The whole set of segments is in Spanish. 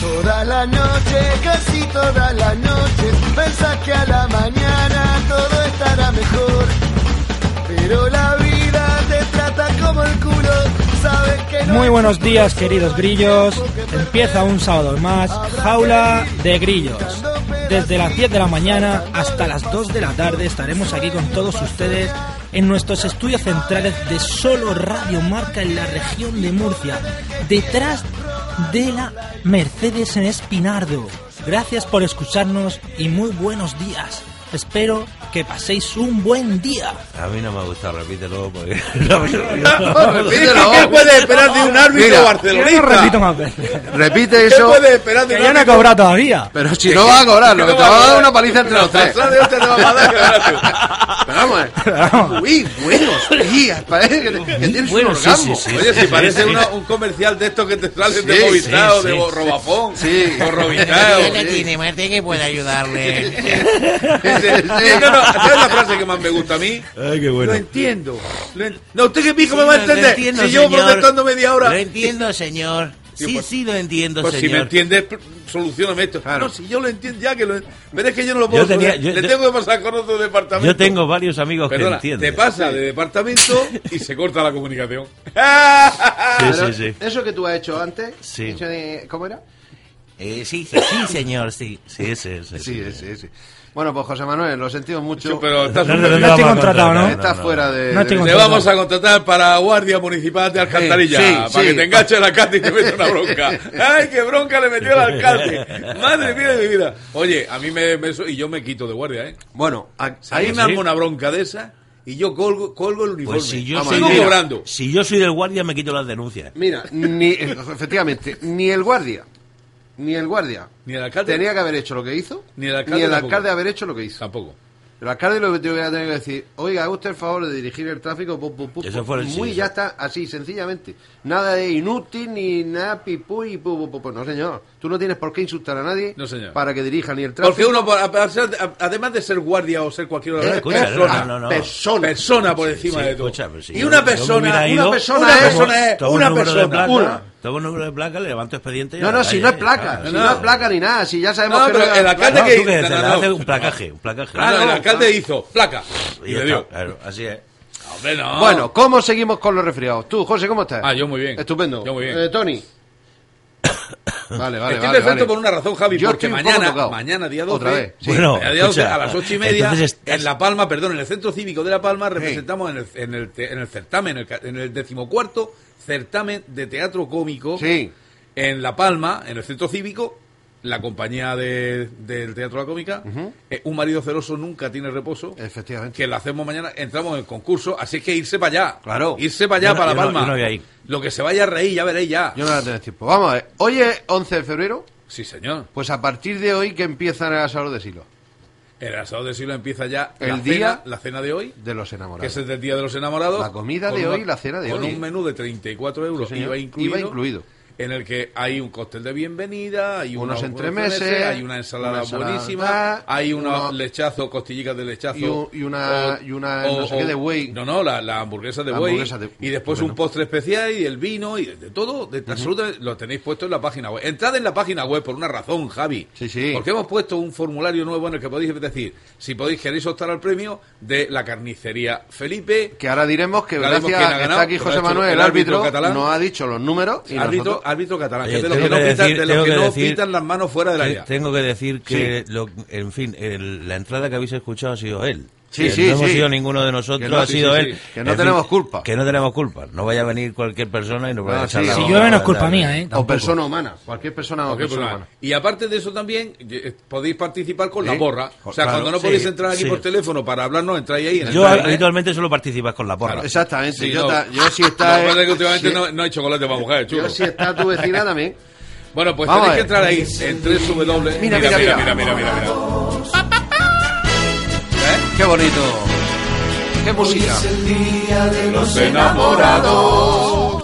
Toda la noche, casi toda la noche, pensás que a la mañana todo estará mejor. Pero la vida te trata como el culo, sabes que no. Muy hay buenos futuro, días, solo queridos hay grillos. tiempo que Empieza un sábado más Jaula de Grillos. Desde las 10 de la mañana hasta las 2 de la tarde estaremos aquí con todos ustedes en nuestros estudios centrales de Solo Radio Marca en la región de Murcia, detrás de la Mercedes en Espinardo. Gracias por escucharnos y muy buenos días. Espero que paséis un buen día. A mí no me ha gustado, repítelo. Porque... Repítelo. ¿Qué puede esperar de un árbitro Mira, barcelonista? yo no repito más veces. Repite ¿Qué eso. puede esperar de Que un yo no he árbitro? cobrado todavía. Pero si no va a cobrar, lo que te va a dar una paliza entre los tres. Solo Dios te lo va a dar, que Pero vamos, eh. uy, buenos días, parece que, que tienes un Bueno, sí, orgasmo. sí, sí. Oye, si parece Sí, una- sí. un comercial de estos que te salen Sí, de Movistar o sí, de sí. Robapón. Sí. O Robitao. ¿Qué le tiene, Martín, que puede ayudarle? Ese- sí, no, no, esa es la frase que más me gusta a mí. Ay, qué bueno. Lo entiendo. Lo en- No, usted que pico me Sí, va a lo- lo entender. entiendo, si llevo señor. protestando media hora. Lo entiendo, señor. Sí, pues- sí, lo entiendo, Pues si me señor. entiendes, pr- solucioname esto. No, si yo lo entiendo ya que lo. Pero es que yo no lo puedo. Yo tenía- resolver. yo- Le yo- tengo que pasar con otro departamento. Yo tengo varios amigos que Perdona, entienden. te pasa de departamento y se corta la comunicación. Sí, Pero sí, sí. Eso que tú has hecho antes, Sí. eso de- ¿cómo era? Eh, sí, sí, sí, señor, sí. Sí, sí, sí. Sí, sí, sí. Bueno, pues José Manuel, lo sentimos mucho. Sí, pero estás No, un- no, no, No estoy contratado, ¿no? Estás fuera de. No de- estoy Te vamos a contratar para guardia municipal de Alcantarilla, Sí, sí, para sí. que te enganche el alcalde y te meta una bronca. ¡Ay, qué bronca le metió el alcalde! ¡Madre mía de mi vida! Oye, a mí me... me- y yo me quito de guardia, ¿eh? Ah, Bueno, a- Ahí ahí me armo una bronca de esa y yo colgo, colgo el uniforme. Pues si yo, Vamos, soy, Sigo mira. cobrando. si yo soy del guardia, me quito las denuncias. Mira, ni, eh, efectivamente, ni el guardia, ni el guardia Ni el alcalde. tenía que haber hecho lo que hizo, Ni el alcalde tampoco. alcalde haber hecho lo que hizo. Tampoco. El alcalde lo que te hubiera tenido que decir, oiga, haga usted el favor de dirigir el tráfico, pum, pum, pum, Eso pum, fue el- muy sí, ya eso. está, así, sencillamente. Nada de inútil, ni nada pipú y pu, pu, pu, pu. No, señor, tú no tienes por qué insultar a nadie No, señor. para que dirija ni el tráfico. Porque uno, por- a- a- a- además de ser guardia o ser cualquier otra Eh, escucha, persona, no, no, no. persona, persona por encima sí, de todo. escucha, pero si y yo- una yo me persona, hubiera una ido- persona, Tomo- una persona, es Tomo una un número de persona, placa, una. Tomo un número de placa, le levanto expediente. y a No, la no, si calle, no es eh, placa, claro, si sí, no es sí. placa ni nada, si ya sabemos No, que pero era- el alcalde No, que- tú que no, te no, le no. hace un placaje, un placaje. Claro, Claro, el alcalde hizo placa Y y ya está, le dio. claro, así es. Hombre, no. Bueno, ¿cómo seguimos con los resfriados? Tú, José, ¿cómo estás? Ah, yo muy bien. Estupendo. Yo muy bien. Eh, Tony. Vale, vale, estoy vale, perfecto vale. por una razón, Javi, Yo porque estoy un poco mañana, tocado. mañana día 12, Otra vez. Sí. Bueno, mañana día 12, escucha, a las 8 y media, entonces estás- en La Palma, perdón, en el Centro Cívico de La Palma, representamos en el, en el, te- en el certamen, en el, ca- en el decimocuarto certamen de teatro cómico Sí. en La Palma, en el Centro Cívico, la compañía de- del Teatro de la Cómica, eh, Un marido celoso nunca tiene reposo, Efectivamente. que lo hacemos mañana, entramos en el concurso, así es que irse para allá, Claro. irse para allá, Yo no- para yo no- La Palma, yo no voy a ir. lo que se vaya a reír, ya veréis ya. Yo no voy a tener tiempo. Vamos a ver. Hoy es 11 de febrero, Sí, señor. pues a partir de hoy que empiezan el asado de silo El asado de siglo empieza ya El la día- cena, la cena de hoy, de los que es enamorados. el del Día de los Enamorados. La comida con de hoy y la cena de con hoy. un menú de 34 euros, Sí, señor. IVA, incluido, IVA incluido. En el que hay un cóctel de bienvenida, hay Unos una- entremeses, hay una ensalada, una ensalada, buenísima, hay unos uno- lechazos, costillitas de lechazo. Y un- y una- y una no sé qué de buey. No, no, la, la hamburguesa de La buey. hamburguesa de- y después bueno. un postre especial y el vino y de, de todo, de, absolutamente, lo tenéis puesto en la página web. Entrad en la página web por una razón, Javi. Sí, sí. Porque hemos puesto un formulario nuevo en el que podéis decir, si podéis queréis optar al premio de la carnicería Felipe. Que ahora diremos que Ahora diremos gracias quién ha a que está ganado, aquí pero José esto, Manuel, el el árbitro árbitro, catalán. nos ha dicho los números y árbitro, nosotros- árbitro catalán, Oye, que es de los tengo que no, que pitan, decir- de los tengo que que no decir- pitan las manos fuera del Te- área. Tengo que decir que, lo- en fin, el- la entrada que habéis escuchado ha sido él. Sí, Que sí, no hemos sí. sido ninguno de nosotros, Que no, ha sí, sido sí, él. sí. Que no Es tenemos decir, culpa. Que no tenemos culpa. No vaya a venir cualquier persona y nos va a No, echar sí, la sí. Si No, llueve bronca, no es culpa ¿verdad? mía, ¿eh? O persona humana, cualquier persona o Cualquier persona problema. humana. Y aparte de eso también, eh, podéis participar con la Sí. borra. O sea, Claro, cuando no sí, podéis entrar aquí sí. por teléfono para hablarnos, entráis ahí. En el Yo chat, ¿eh? habitualmente solo participas con la porra. Claro, Exactamente. Sí, yo, no. ta- yo si Lo está. que pasa es que últimamente si- no, no hay chocolate para mujeres, chulo. Yo si está tu vecina también. Bueno, pues Vamos tenéis que a entrar ahí en 3 W. Mira, mira, mira, mira, mira, mira. mira, mira, mira. ¿Eh? Qué bonito. Qué música. Los enamorados.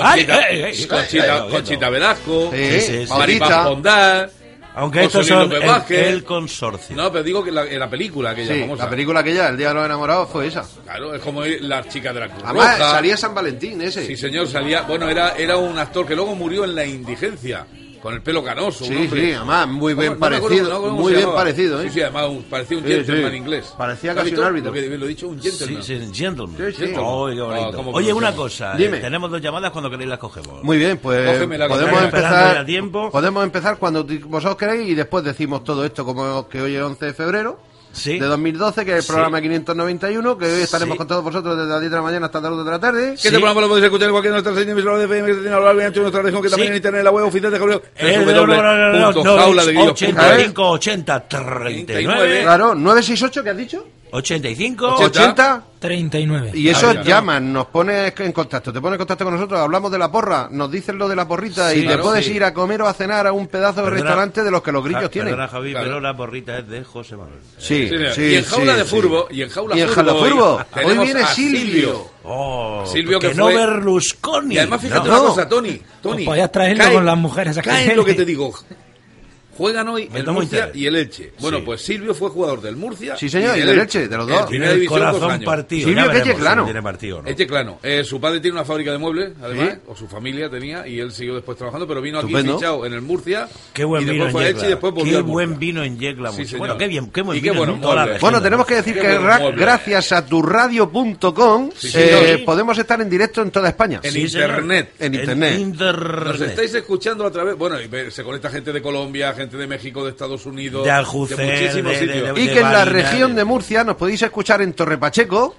Ay, Conchita, eh, eh, eh, Conchita- eh, eh, Conchita Velasco, Sí, sí, sí. Maripaz Bautista. Pondal. Aunque José estos Luis son López el, Vázquez. el consorcio. No, pero digo que la, en la película aquella Sí, famosa. la película aquella, El Día de los Enamorados, fue esa. Claro, es como las chicas de la Cruz Además, Roja. salía San Valentín ese. Sí, señor, salía. Bueno, era, era un actor que luego murió en la indigencia, con el pelo canoso. un Sí, hombre. sí, además, muy bien me acuerdo- parecido, acuerdo cómo muy se bien llamaba. parecido, ¿eh? Sí, sí, además un- parecía un Sí, gentleman sí. inglés. Parecía ¿Has casi visto un árbitro. Lo que lo he dicho, un Sí, gentleman. sí, gentleman. Sí, sí. Gentleman. Oh, qué bonito. Ah, cómo Oye, una cosa. pronunciamos. eh, Dime. tenemos dos llamadas cuando queréis las cogemos. Muy bien, pues Cógeme la que podemos está esperando empezar, ya tiempo. podemos empezar cuando ti- vosotros queréis y después decimos todo esto como que hoy es 11 de febrero Sí. de 2012, que es el Sí. programa 591, que hoy estaremos Sí. con todos vosotros desde las 10 de la mañana hasta las 2 de la tarde. Que este Sí. programa lo podéis escuchar en cualquier de nuestras seis emisoras de FM que tiene a lo largo y ancho de nuestra región, que también Sí. Eh, en internet en la web oficial de Javier. El de www.jauladeguillos.es. 85, 80, 39, Claro, 968, ¿qué has dicho? 85, 80. 80. 39. Y eso Ahí está. llaman, nos pones en contacto, te pones en contacto con nosotros, hablamos de la porra, nos dices lo de la porrita y Sí, te claro, puedes sí. Ah, ir a comer o a cenar a un pedazo de Perdona, restaurante de los que los grillos Ja- tienen. Perdona, Javi, Claro. pero la porrita es de José Manuel. Sí, Sí, señor. sí, y en jaula sí, de sí. furbo y en jaula Y en furbo, Jaula Furbo, hoy tenemos viene a Silvio. Oh, Silvio, que, que no fue- Berlusconi. Y además, fíjate No. una cosa, Tony. Tony Pues podías traerlo con las mujeres aquí. Cae en lo que te digo. Juegan hoy Me el tomo Murcia interés. y el Elche. Bueno, Sí. pues Silvio fue jugador del Murcia. Sí, señor, y del Elche, de los dos. Tiene En primera el división dos corazón años. partido. Silvio ya veremos Pelle, si claro. Tiene partido, ¿no? Elche Claro, eh, su padre tiene una fábrica de muebles, además, Sí. o su familia tenía, y él siguió después trabajando, pero vino aquí Estupendo. fichado en el Murcia. Qué buen y vino después en fue a Elche y Yecla. después volvió Qué al Murcia. buen vino en Yecla. Sí, Murcia. señor. bueno, qué bien, qué buen Y qué vino. buen en toda la mueble. región. Bueno, tenemos que decir Qué que buen ra- mueble. gracias a turradio.com Sí, eh, sí. podemos estar en directo en toda España. En Sí, señor. internet. En internet. Nos internet. estáis escuchando a través. Bueno, y ve- se conecta gente de Colombia, gente de México, de Estados Unidos, De Aljucer, muchísimos de- de- sitios. de- Y que en la Barinas, región de- de Murcia nos podéis escuchar en Torrepacheco,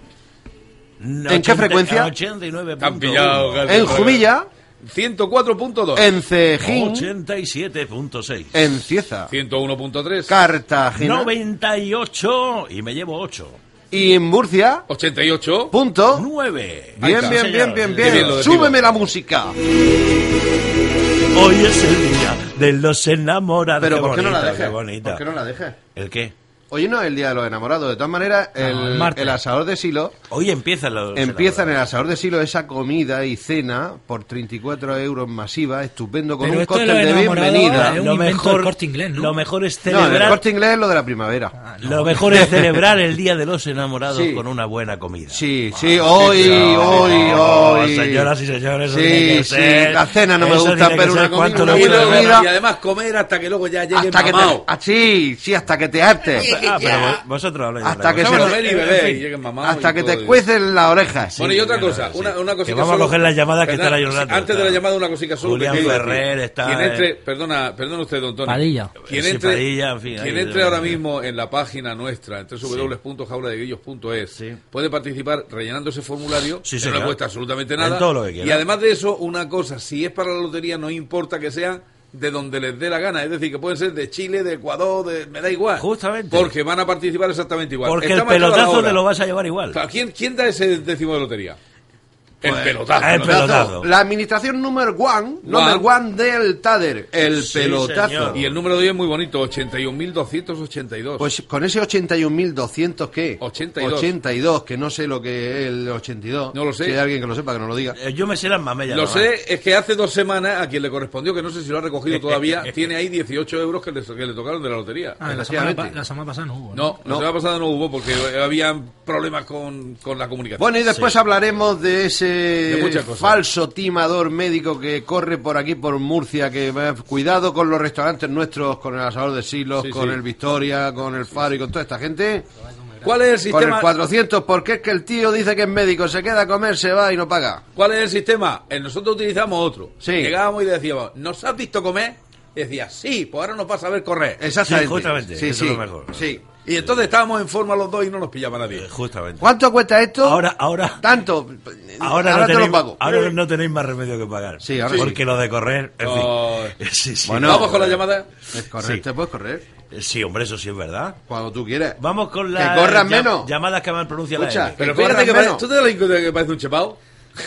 ¿En qué 80, frecuencia? 89.1. Te han pillado, Gal- en Jumilla, 104.2, en Cejín, 87.6. en Cieza, 101.3, Cartagena 98 y me llevo 8. y en Murcia. 88. Punto. 9. Bien, bien, bien, bien, Qué bien lo bien. decimos. Súbeme la música. Hoy es el día de los enamorados. Pero Qué ¿por qué no la bonita, dejes? qué bonita. ¿Por qué no la dejes? ¿El qué? Hoy no es el día de los enamorados. De todas maneras, el el, martes. el asador de Silo Ah, Hoy empiezan los Empieza en el asador de silo esa comida y cena por 34 euros masiva, estupendo, con Pero un esto de los cóctel de enamorados bienvenida. es No, un lo invento mejor, del Corte Inglés, ¿no? Lo mejor es en el celebrar, Ah, corte inglés es lo de la primavera. lo mejor es celebrar el día de los enamorados Sí. con una buena comida. Ah, Sí, sí, hoy, Oh, hoy, hoy. Señoras y señores, eso Sí, tiene que sí, ser- la cena no me eso gusta, tiene que pero ser una cuánto comida, le Y, una gusta. comida. y además comer hasta que luego ya llegue Hasta que te, mamado. ah, sí, sí, hasta que te hartes. Ah, pero vosotros habláis de Hasta otra que cosa. se- Bueno, ven y bebé, En y fin. lleguen mamados Hasta y que todo te y- cuecen las orejas. Bueno, y otra bueno, cosa, sí. una, una Que cosita vamos a solo. coger las llamadas que Perdona, está la Yolanda, Antes de la está. llamada, una cosita solo. Julián que quiero Ferrer decir. está, Quien entre, eh, perdona, perdona usted, don Tony. Padilla. Quien Sí, entre, Padilla, en fin, quien ahí entre lo- ahora mismo en la página nuestra, en www.jauladeguillos.es, Sí. puede participar rellenando ese formulario, Sí, que no señor. le cuesta absolutamente nada. En todo lo que quiera. Y además de eso, una cosa, si es para la lotería, no importa que sea de donde les dé la gana, es decir, que pueden ser de Chile, de Ecuador, de... me da igual. Justamente. Porque van a participar exactamente igual. Porque el Está marcada la pelotazo te hora. lo vas a llevar igual. Pues, Claro, ¿Quién, quién da ese décimo de lotería? El pelotazo. el ¿no? pelotazo. La administración número one, número one del Tader, el Sí, pelotazo. señor. Y el número de hoy es muy bonito, 81.282. Pues con ese 81.200 que 82. 82, que no sé lo que es el 82. No lo sé. Si hay alguien que lo sepa, que nos lo diga. Eh, Yo me sé las mamellas. lo nada más. sé, es que hace dos semanas a quien le correspondió, que no sé si lo ha recogido todavía, tiene ahí 18 euros que le, que le tocaron de la lotería. Ah, la semana, pa- la semana pasada no hubo. ¿no? No, la No. semana pasada no hubo porque había problemas con, con la comunicación. Bueno, y después hablaremos de ese muchas cosas. falso timador médico que corre por aquí, por Murcia, que eh, cuidado con los restaurantes nuestros, con el Asador de Silos, Sí, con sí. el Victoria, con el Faro y con toda esta gente. ¿Cuál es el Con el sistema? 400, porque es que el tío dice que es médico, se queda a comer, se va y no paga. ¿Cuál es el sistema? Eh, nosotros utilizamos otro. Sí. Llegábamos y le decíamos, ¿nos has visto comer? decía, sí, pues ahora nos vas a ver correr. Exactamente. Sí, justamente, Sí, eso sí, es lo mejor. Eh, sí. Y entonces estábamos en forma los dos y no nos pillaba nadie. Justamente. ¿Cuánto cuesta esto? Ahora, ahora, Tanto. ahora, no te tenéis, lo pago. ahora no tenéis más remedio que pagar. Sí, ahora sí. Porque lo de correr, en fin. Ay. Sí, sí. Bueno. Vamos con la llamada. Es correr, Sí. Eh, te puedes correr. Sí, hombre, eso sí es verdad. Cuando tú quieras. Vamos con las Que corran llam- menos. llamadas que mal pronuncia Escucha, la M. Pero Que fíjate corran que parece, menos. ¿tú te das la inquietud de que parece un chepao?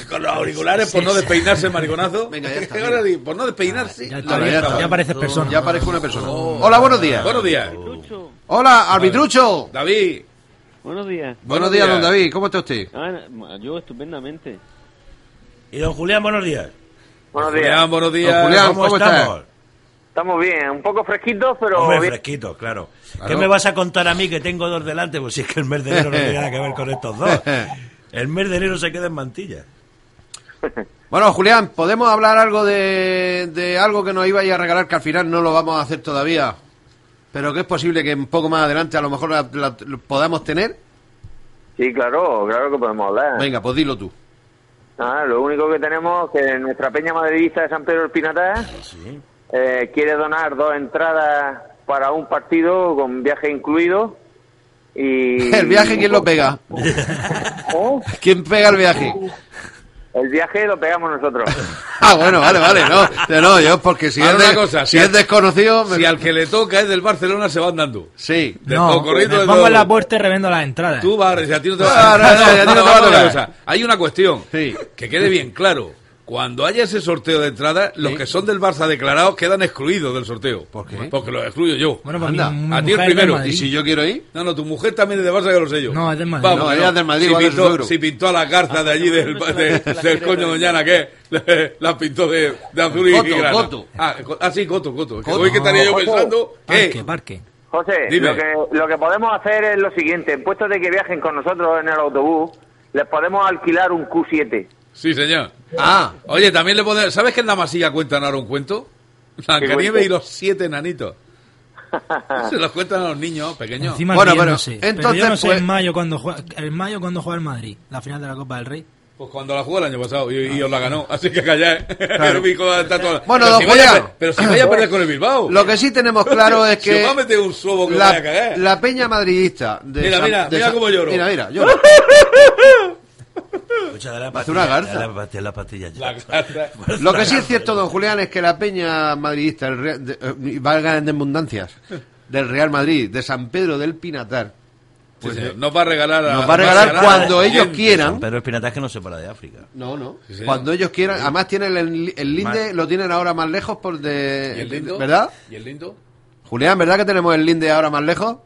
Con los auriculares por no despeinarse el mariconazo. Venga, ya está, Ahora, por no Ah, despeinarse. Ya, Ahora ya está. ya pareces persona. Ya parezco una persona. Hola, buenos días. Oh. Buenos días. Hola, arbitrucho. David. Buenos días. Buenos días, don David. ¿Cómo está usted? Ah, yo estupendamente. Y don Julián, buenos días. Buenos Julián, buenos días. Don Julián. ¿cómo estás? estamos? Estamos bien, un poco fresquitos, pero Hombre, bien. fresquito, claro. ¿Qué Claro. me vas a contar a mí que tengo dos delante? Pues si es que el mes de enero no tiene nada que ver con estos dos. El mes de enero se queda en mantilla. Bueno, Julián, ¿podemos hablar algo de, de algo que nos ibais a regalar que al final no lo vamos a hacer todavía? Pero que es posible que un poco más adelante a lo mejor la- la- lo podamos tener. Sí, claro, claro que podemos hablar. Venga, pues dilo tú. Ah, lo único que tenemos es que nuestra peña madridista de San Pedro del Pinatar eh, quiere donar dos entradas para un partido con viaje incluido. Y... El viaje, ¿quién lo pega? ¿Oh? ¿Quién pega el viaje? El viaje lo pegamos nosotros. Ah, bueno, vale, vale. No, no yo porque si, Ahora es, una de- cosa, si si es al- desconocido... me- Si al que le toca es del Barcelona, se va andando. Sí. De No, todo corrido, me de pongo todo. en la puerta y revendo las entradas. Tú vas, si a ti no te Ah, va no, no, si a ti no te va a vamos tocar. una cosa. Hay una cuestión Sí. que quede bien claro. Cuando haya ese sorteo de entrada, los Sí. que son del Barça declarados quedan excluidos del sorteo. ¿Por qué? Porque los excluyo yo. Bueno, pues Anda, mi, mi a ti mujer el es del primero, ¿Y Madrid. si yo quiero ir? No, no, tu mujer también es de Barça, que lo sé yo. No, es del Madrid. No, ella es del Madrid, Si igual es su pintó, suegro. si pintó a la garza de allí del, de- del coño doñana, ¿qué? La pintó de, de azul y Coto, grana. Coto. Ah, co- ah, sí, coto, coto. Es que Coto. hoy que estaría yo Coto. pensando, ¿qué? Parque, parque. José, Dime. lo que, lo que podemos hacer es lo siguiente. En puesto de que viajen con nosotros en el autobús, les podemos alquilar un Q7. Sí, señor. Ah, Oye, también le podemos... ¿Sabes que en la masilla cuentan ahora un cuento? Blancanieves cuento? y los siete enanitos. Se los cuentan a los niños pequeños. Encima Bueno, pero riéndose. pero, entonces, yo no sé pues- en mayo cuando juega, en mayo cuando juega el Madrid, la final de la Copa del Rey. Pues cuando la jugó el año pasado y, y os la ganó. Así que ¿eh? calláis. Ah. Claro. Bueno, Bueno, don pero, si vaya, a Julián. per- pero si vaya a perder con el Bilbao. lo que sí tenemos claro es Oh. Si que... os va a meter un sobo que os vaya a La, cagar. la peña madridista de Mira, San- mira, de mira San- cómo lloro. Mira, mira, lloro. Escucha, dale la Hace una pastilla, garza. dale la pastilla, la pastilla ya. La cara. Lo que sí es cierto, don Julián, es que la peña madridista, el Real- de- eh, y valga en abundancias, del Real Madrid, de San Pedro del Pinatar, pues, Sí, señor. nos va a regalar a- nos va a regalar cuando a- ellos gente. quieran. Pero el pirata es que no se para de África. No, no. señor. Cuando ellos quieran. Además tienen el, el linde, Más- lo tienen ahora más lejos por ¿Y de... el lindo? ¿Verdad? ¿Y el lindo? Julián, ¿verdad que tenemos el linde ahora más lejos?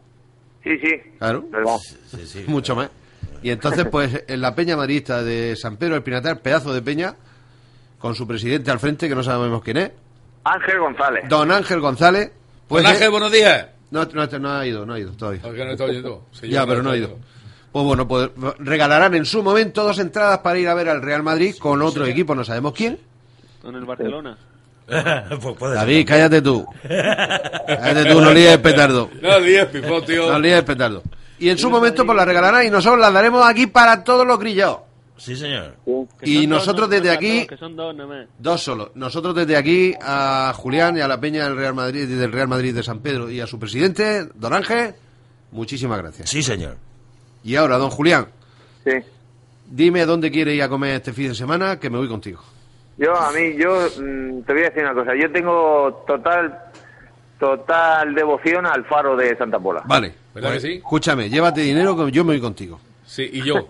Sí, sí. Claro. ¿Verdad? Sí, sí. Mucho más. Y entonces, pues, en la peña madridista de San Pedro del Pinatar, pedazo de peña, con su presidente al frente, que no sabemos quién es, Ángel González. don Ángel González. Pues, Don Ángel, eh, buenos días. no, este, no, no ha ido, no ha ido todavía. Ah, que no está oyendo. Señor, ya, pero no ha ido. Pues bueno, pues, regalarán en su momento dos entradas para ir a ver al Real Madrid con otro equipo, no sabemos quién. Con el Barcelona. pues puede ser. David, cállate tú. Cállate tú, no líes el petardo. No, diez, pifó, tío. No líes el petardo. Y en su momento pues la regalarán y nosotros la daremos aquí para todos los grillados. Sí, señor. Que Y son dos, nosotros desde nomás, aquí- dos, que son dos nomás. Dos solo. Nosotros desde aquí a Julián y a la Peña del Real Madrid, del Real Madrid de San Pedro y a su presidente, don Ángel, muchísimas gracias. Sí, señor. Y ahora, don Julián, Sí. dime dónde quiere ir a comer este fin de semana, que me voy contigo. Yo, a mí, yo mm, te voy a decir una cosa. Yo tengo total total devoción al faro de Santa Pola. Vale. ¿Verdad que sí? Pues, Escúchame, llévate dinero que yo me voy contigo. Sí, y yo.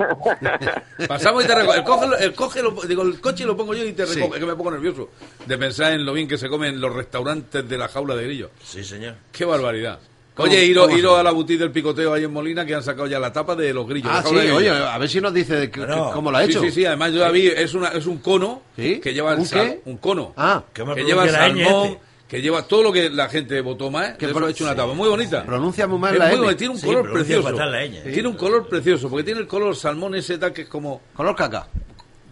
Pasamos y te recoge. El, coge, lo- el, coge lo- digo, el coche lo pongo yo y te Sí. recoge. Es que me pongo nervioso de pensar en lo bien que se comen los restaurantes de la jaula de grillo. Sí, señor. ¡Qué barbaridad! ¿Cómo- Oye, iros, cómo iros se- a la boutique del picoteo ahí en Molina que han sacado ya la tapa de los grillos. Ah, la sí, jaula de oye, grillo. a ver si nos dice de que- Bueno. que- cómo lo ha Sí, hecho. Sí, sí, además yo la vi, es, una, es un cono ¿Sí? que lleva el ¿Un sal- qué? un cono Ah, que, Que me lleva pronuncia la ñ salmón, este. que lleva todo lo que la gente votó más, Que que eso pro- ha hecho una tapa muy bonita. Pronuncia muy mal Es la muy L. bonita, tiene un Sí, color pronuncia precioso. fatal la ñ, ¿eh? Tiene un color precioso, porque tiene el color salmón ese tal que es como Color caca.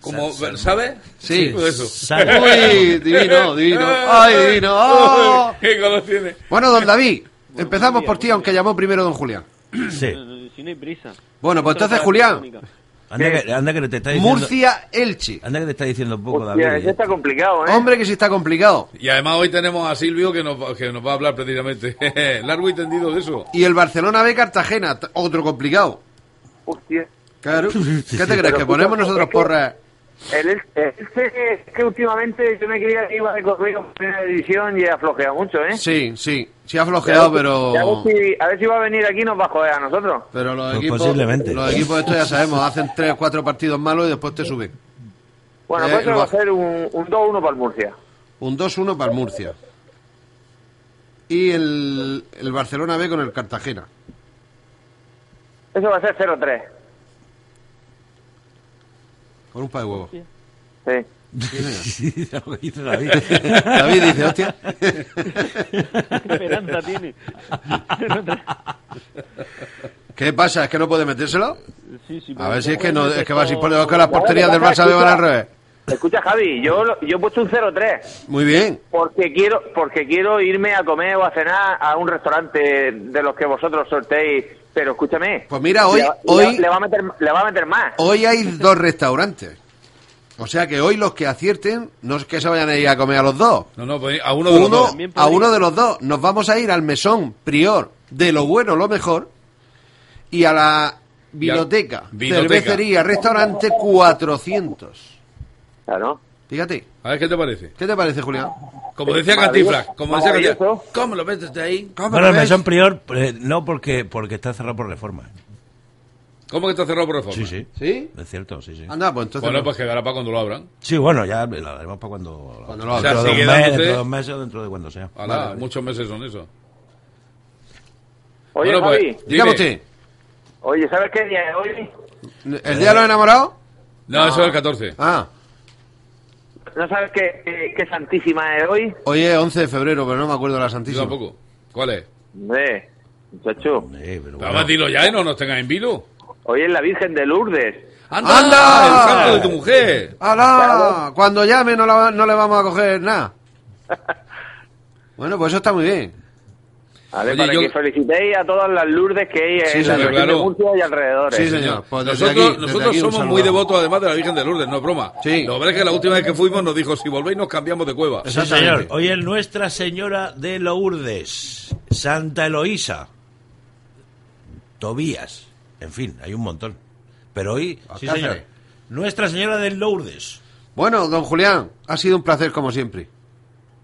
como Sal- ¿sabes? Sí. Pues eso. Sal- Uy, divino, divino. Ay, divino. ¡Oh! ¿Qué color tiene? Bueno, don David, empezamos por ti, aunque llamó primero don Julián. Sí. No, no, Si no hay prisa. Bueno, pues Otra entonces, para Julián. telefónica. Anda que, anda que te está diciendo. Murcia-Elche. Anda que te está diciendo poco, Hostia, David. eso está complicado, ¿eh? Hombre, que sí está complicado. Y además hoy tenemos a Silvio que nos, va- que nos va a hablar precisamente largo y tendido de eso. Y el Barcelona B Cartagena, t- otro complicado. Hostia. Claro. ¿Qué te crees? Pero Que ponemos escucha, nosotros es que- porras. El, el, es que últimamente yo me creía que iba a correr en primera división y ha flojeado mucho, ¿eh? Sí, sí. Sí ha flojeado, A ver, pero. si, a ver si va a venir aquí y nos va a joder a nosotros. Pero los Pues equipos. posiblemente. Los equipos estos ya sabemos, hacen tres, cuatro partidos malos y después te suben. Bueno, Eh, pues eso lo- va a ser un, un 2-1 para el Murcia. Un 2-1 para el Murcia. Y el, el Barcelona B con el Cartagena. Eso va a ser 0-3. Con un par de huevos. Sí. Sí, lo que dice David. David dice, hostia. ¿Qué esperanza tiene? ¿Qué pasa? ¿Es que no puede metérselo? Sí, sí, A pero ver si es que, no, bueno, es que esto- va si por debajo de las porterías del Ahora, Barça B van al revés. Escucha, Javi, yo, lo- yo he puesto un 0-3 Muy bien. porque quiero, porque quiero irme a comer o a cenar a un restaurante de los que vosotros sorteéis. Pero escúchame. Pues mira, hoy- le va- hoy- le, va a meter, le va a meter más. Hoy hay dos restaurantes. O sea que hoy los que acierten, no es que se vayan a ir a comer a los dos. No, no, pues a uno de los Uno, dos. a uno de los dos. Nos vamos a ir al mesón prior de lo bueno, lo mejor. Y a la biblioteca, Vinoteca. cervecería, restaurante 400. Claro. Fíjate. A ver qué te parece. ¿Qué te parece, Julián? Como decía Cantiflas, como decía Cantiflas. Maravilloso. ¿Cómo lo ves desde ahí? Bueno, el mesón prior, eh, no porque, porque está cerrado por reforma. ¿Cómo que está cerrado por reforma? Sí, sí. ¿Sí? Es cierto, sí, sí. Anda, pues entonces. Bueno, no. pues quedará para cuando lo abran. Sí, bueno, ya la daremos para cuando. Cuando lo O sea, abran. dentro, de un mes, sigue dándose- dentro de dos meses o dentro de cuando sea. Alá, muchos meses son eso. Oye, Bueno, pues, Javi, Dígame dime. usted, oye, ¿sabes qué día es hoy? ¿el día de los enamorados? No, eso es el 14. Ah, ¿No sabes qué, qué, qué santísima es hoy? hoy es 11 de febrero, pero no me acuerdo la Yo Santísima. tampoco. ¿Cuál es? Hombre, muchacho, Eh, pero Pero bueno. además, dilo ya y no nos tengas en vilo. hoy es la Virgen de Lourdes. ¡Anda! ¡Anda! ¡El santo de tu mujer! ¡Hala! Cuando llame no, la- no le vamos a coger nada. Bueno, pues eso está muy bien. A ver, Oye, para yo- que felicitéis a todas las Lourdes que hay en Sí, la señor, región claro. de Murcia y alrededores. Sí, señor. Pues desde nosotros aquí- desde nosotros aquí un somos saludo. muy devotos, además de la Virgen de Lourdes, no es broma. Sí. Lo que es que la última vez que fuimos nos dijo: si volvéis, nos cambiamos de cueva. Sí, Exactamente. señor. Hoy es Nuestra Señora de Lourdes, Santa Eloísa, Tobías, en fin, hay un montón. Pero hoy, sí, Alcácer. señor. Nuestra Señora de Lourdes. Bueno, don Julián, ha sido un placer como siempre.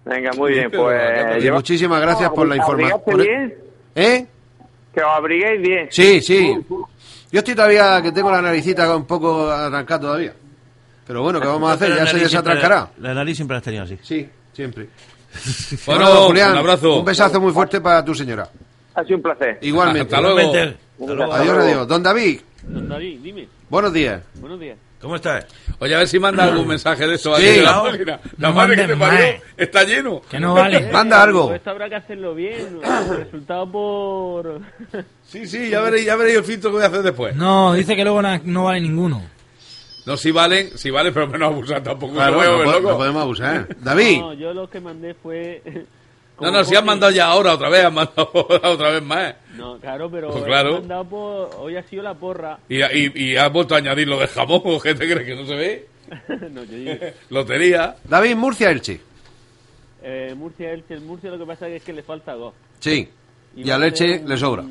Venga, muy bien, Pero, ya, pues... Y muchísimas gracias por la información. ¿Abrigaste bien? ¿Eh? Que os abriguéis bien. Sí, sí. Yo estoy todavía que tengo la naricita un poco arrancada todavía. Pero bueno, ¿qué vamos a hacer? Pero la Ya se nariz siempre- desatrancará. La nariz siempre la has tenido así. Sí, siempre. Bueno, don un abrazo. Un besazo muy fuerte para tu señora. Ha sido un placer. Igualmente. Hasta luego. Igualmente, Adiós, adiós. Don David, Don David, dime. buenos días. Buenos días. ¿Cómo estás? Oye, a ver si manda algún mensaje de eso. Sí. ahí en la No, página. La no madre que te mandes parió más. está lleno. Que no vale. Manda algo. Pues Esto habrá que hacerlo bien. ¿no? Resultado por... Sí, sí, ya veréis, ya veréis el filtro que voy a hacer después. No, No, dice que luego na- no vale ninguno. si valen, si valen, pero menos abusar tampoco. Claro, no, voy a volver no, po- loco. no podemos abusar. David, No, yo lo que mandé fue... No, no, si han mandado ya ahora otra vez, han mandado ahora otra vez más. No, claro, pero eh, Pues claro. he mandado por... hoy ha sido la porra. Y, y, y has vuelto a añadir lo de jamón, ¿o ¿qué te crees que no se ve? no, yo digo, Lotería. David Murcia Elche. eh, Murcia, Elche, el Murcia lo que pasa es que le falta dos. Sí. Y a va a ser Leche un- le sobra.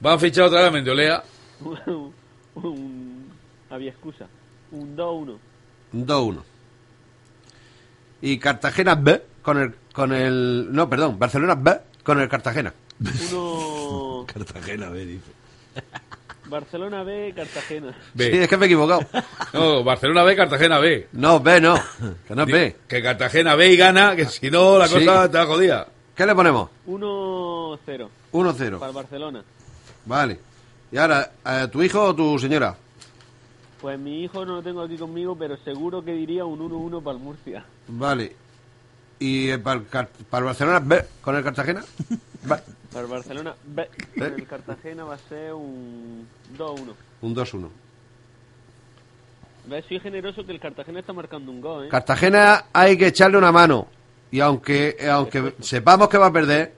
Van a fichar otra vez a Mendiolea. Un, un- había excusa. Un 2-1. Un 2-1. Y Cartagena B con el, con el. No, perdón, Barcelona B con el Cartagena. Uno... Cartagena, ve, dice. Barcelona B, Cartagena. Sí, B. es que me he equivocado. No, Barcelona B, Cartagena B. No, B no. Que no es B. Que Cartagena B y gana, que si no la Sí. cosa está jodida. ¿Qué le ponemos? 1-0 para 1-0. Barcelona. Vale. Y ahora, eh, ¿tu hijo o tu señora? Pues mi hijo no lo tengo aquí conmigo, pero seguro que diría un 1-1 para el Murcia. Vale. ¿Y eh, para el, Car- para el Barcelona B con el Cartagena? Va. Para el Barcelona B. Para el Cartagena va a ser un 2-1. Un 2-1. ¿Ves? Soy generoso que el Cartagena está marcando un gol, ¿eh? Cartagena hay que echarle una mano. Y aunque, aunque sepamos que va a perder,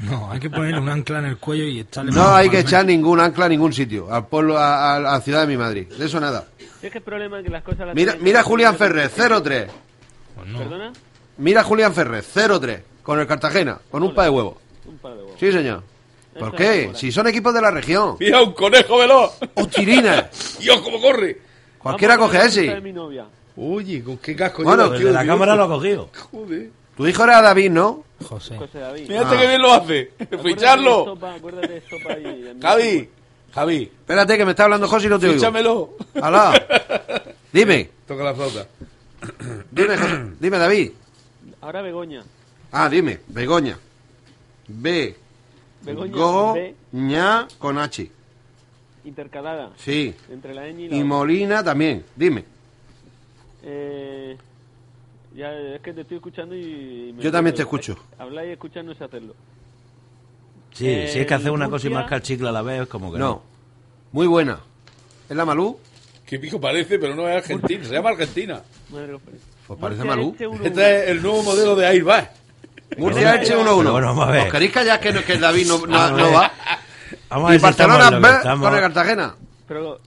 No, hay que ponerle un ancla en el cuello y echarle. No mano, hay que mano. echar ningún ancla a ningún sitio, al pueblo, a, a- a Ciudad de mi Madrid. De eso nada. Es que el problema es que las cosas las Mira, tienen- mira a Julián Ferrer, 0-3. ¿Perdona? Mira a Julián Ferrer, 0-3. Con el Cartagena, con un par de huevos. Un par de huevos. Sí, señor. ¿Por Eso qué? es Si son equipos de la región. Mira, un conejo veloz. O chirinas. Dios, cómo corre. Cualquiera Vamos coge a a ver la de ese. mi novia. Oye, ¿con qué casco Bueno, lleva, Desde tío? la Dios, cámara lo ha cogido. Joder. Tu hijo era David, ¿no? Ah. José. José David. Fíjate que bien lo hace. Acuérdate de Ficharlo. Sopa, acuérdate de Sopa y- y- Javi, Javi, Espérate, que me está hablando José y no te oigo. fichámelo. Alá. Dime, Toca la flauta. dime, José- dime, David. Ahora Begoña. Ah, dime, Begoña. B. Begoña B Goña con H. intercalada Sí. entre la ñ y la Y O. Molina también, dime. Eh, ya es que te estoy escuchando y... y me Yo también te pierdo. escucho. Eh, Hablar y escuchar no es hacerlo. Sí, Eh, si es que hacer una Murcia- cosa y marcar chicle a la vez es como que No. Muy buena. ¿Es la Malú? Qué pico parece, pero no es argentino. Se llama Argentina. Madre que os Pues parece Murcia, Malú. Elche, uno, uno. Este es el nuevo modelo de Airbag. Murcia Elche Pero 1-1. bueno, vamos a ver. ¿Os queréis callar que, no- que el David no, no- Ah, Vamos a no ver. va? Vamos a Y ver si Barcelona estamos en lo que B estamos. con el Cartagena. Pero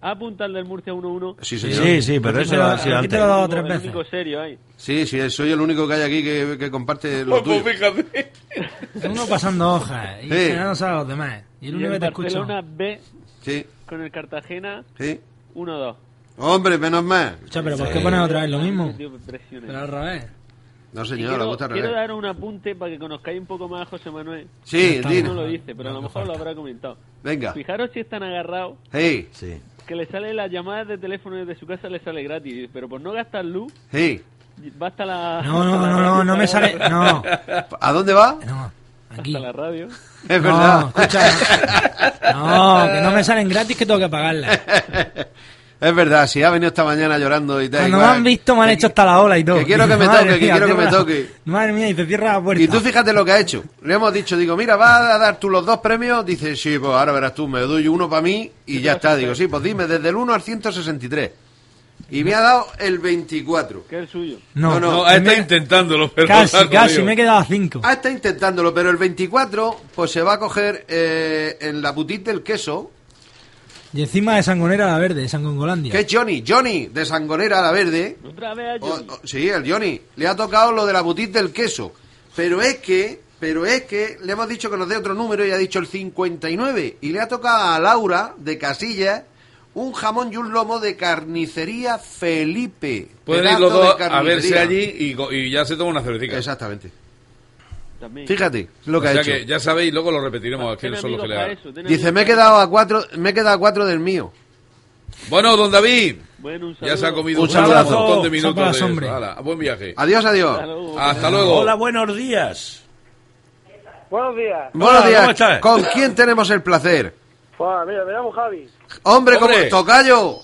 apunta al del Murcia 1-1. Sí, Sí, señor. sí, sí, pero Aquí eso te lo lo- ha sido aquí te antes. lo he dado El tres único- el veces. único serio ahí. Sí, sí, soy el único que hay aquí que, que comparte lo Pues, tuyo. pues fíjate. Pues Uno pasando hojas ¿eh? y Sí. generándose a los demás. Y el Y único el que te escucho. Barcelona B Sí, con el Cartagena sí. 1-2. Hombre, menos mal. Escucha, pero ¿por qué pones otra vez lo mismo? Tío, me impresiona. Pero al revés. No, Y señor, la Quiero, gusta al quiero revés. dar un apunte para que conozcáis un poco más a José Manuel. Sí, Estamos. No lo dime. dice, pero a lo mejor lo habrá comentado. Venga. Fijaros si están agarrados, Sí, Sí. que le sale las llamadas de teléfono desde su casa, le sale gratis. Pero por no gastar luz, sí. basta la. No, no, no, no, no me sale. No, ¿A dónde va? no. Aquí. Hasta la radio. No, Es verdad. escucha. No, que no me salen gratis que tengo que pagarlas. Es verdad, si ha venido esta mañana llorando y tal. Cuando me igual. han visto me han hecho hasta la ola y todo. que quiero que me Ah, Madre toque, que mía, quiero que me cierra- toque. Madre mía, y te cierra la puerta. Y tú fíjate lo que ha hecho. Le hemos dicho, digo, mira, vas a dar tú los dos premios. Dice, sí, pues ahora verás tú, me doy uno para mí y ya está. Digo, sí, pues dime, desde el 1 al 163. Y me ha dado el 24. Que es el suyo. No, No, No, no, ah, me- está intentándolo, pero no Casi, lo casi, veo. me he quedado a cinco. Ah, está intentándolo, pero el 24, pues se va a coger eh, en la boutique del queso, Y encima de Sangonera la Verde, de Sangongolandia. que es Johnny, Johnny, de Sangonera la Verde. Otra vez a O- Johnny. o- sí, el Johnny. Le ha tocado lo de la boutique del queso. Pero es que, pero es que le hemos dicho que nos dé otro número y ha dicho el 59. Y le ha tocado a Laura de Casillas un jamón y un lomo de carnicería Felipe. Pueden ir Pedazo los de dos a carnicería. verse allí y, go- y ya se toma una cervecita. Exactamente. También. Fíjate lo O que ha sea hecho. que ya sabéis, luego lo repetiremos. Ten ¿Quiénes son los amigos que le para hagan. eso, ten Dice, amigos me he para quedado a cuatro, me he quedado a cuatro del mío. Bueno, don David, eso. Bueno, un saludo. ya se ha comido Un un saludazo. montón de Son minutos. para de eso. hombre. Hala, buen viaje. Adiós, adiós. Hasta luego. Hasta luego. Hola, buenos días. Buenos días. Buenos Hola, ¿cómo días. estás? ¿Con quién tenemos el placer? Pues mira, me llamo Javi. Hombre, como Hombre. Tocayo.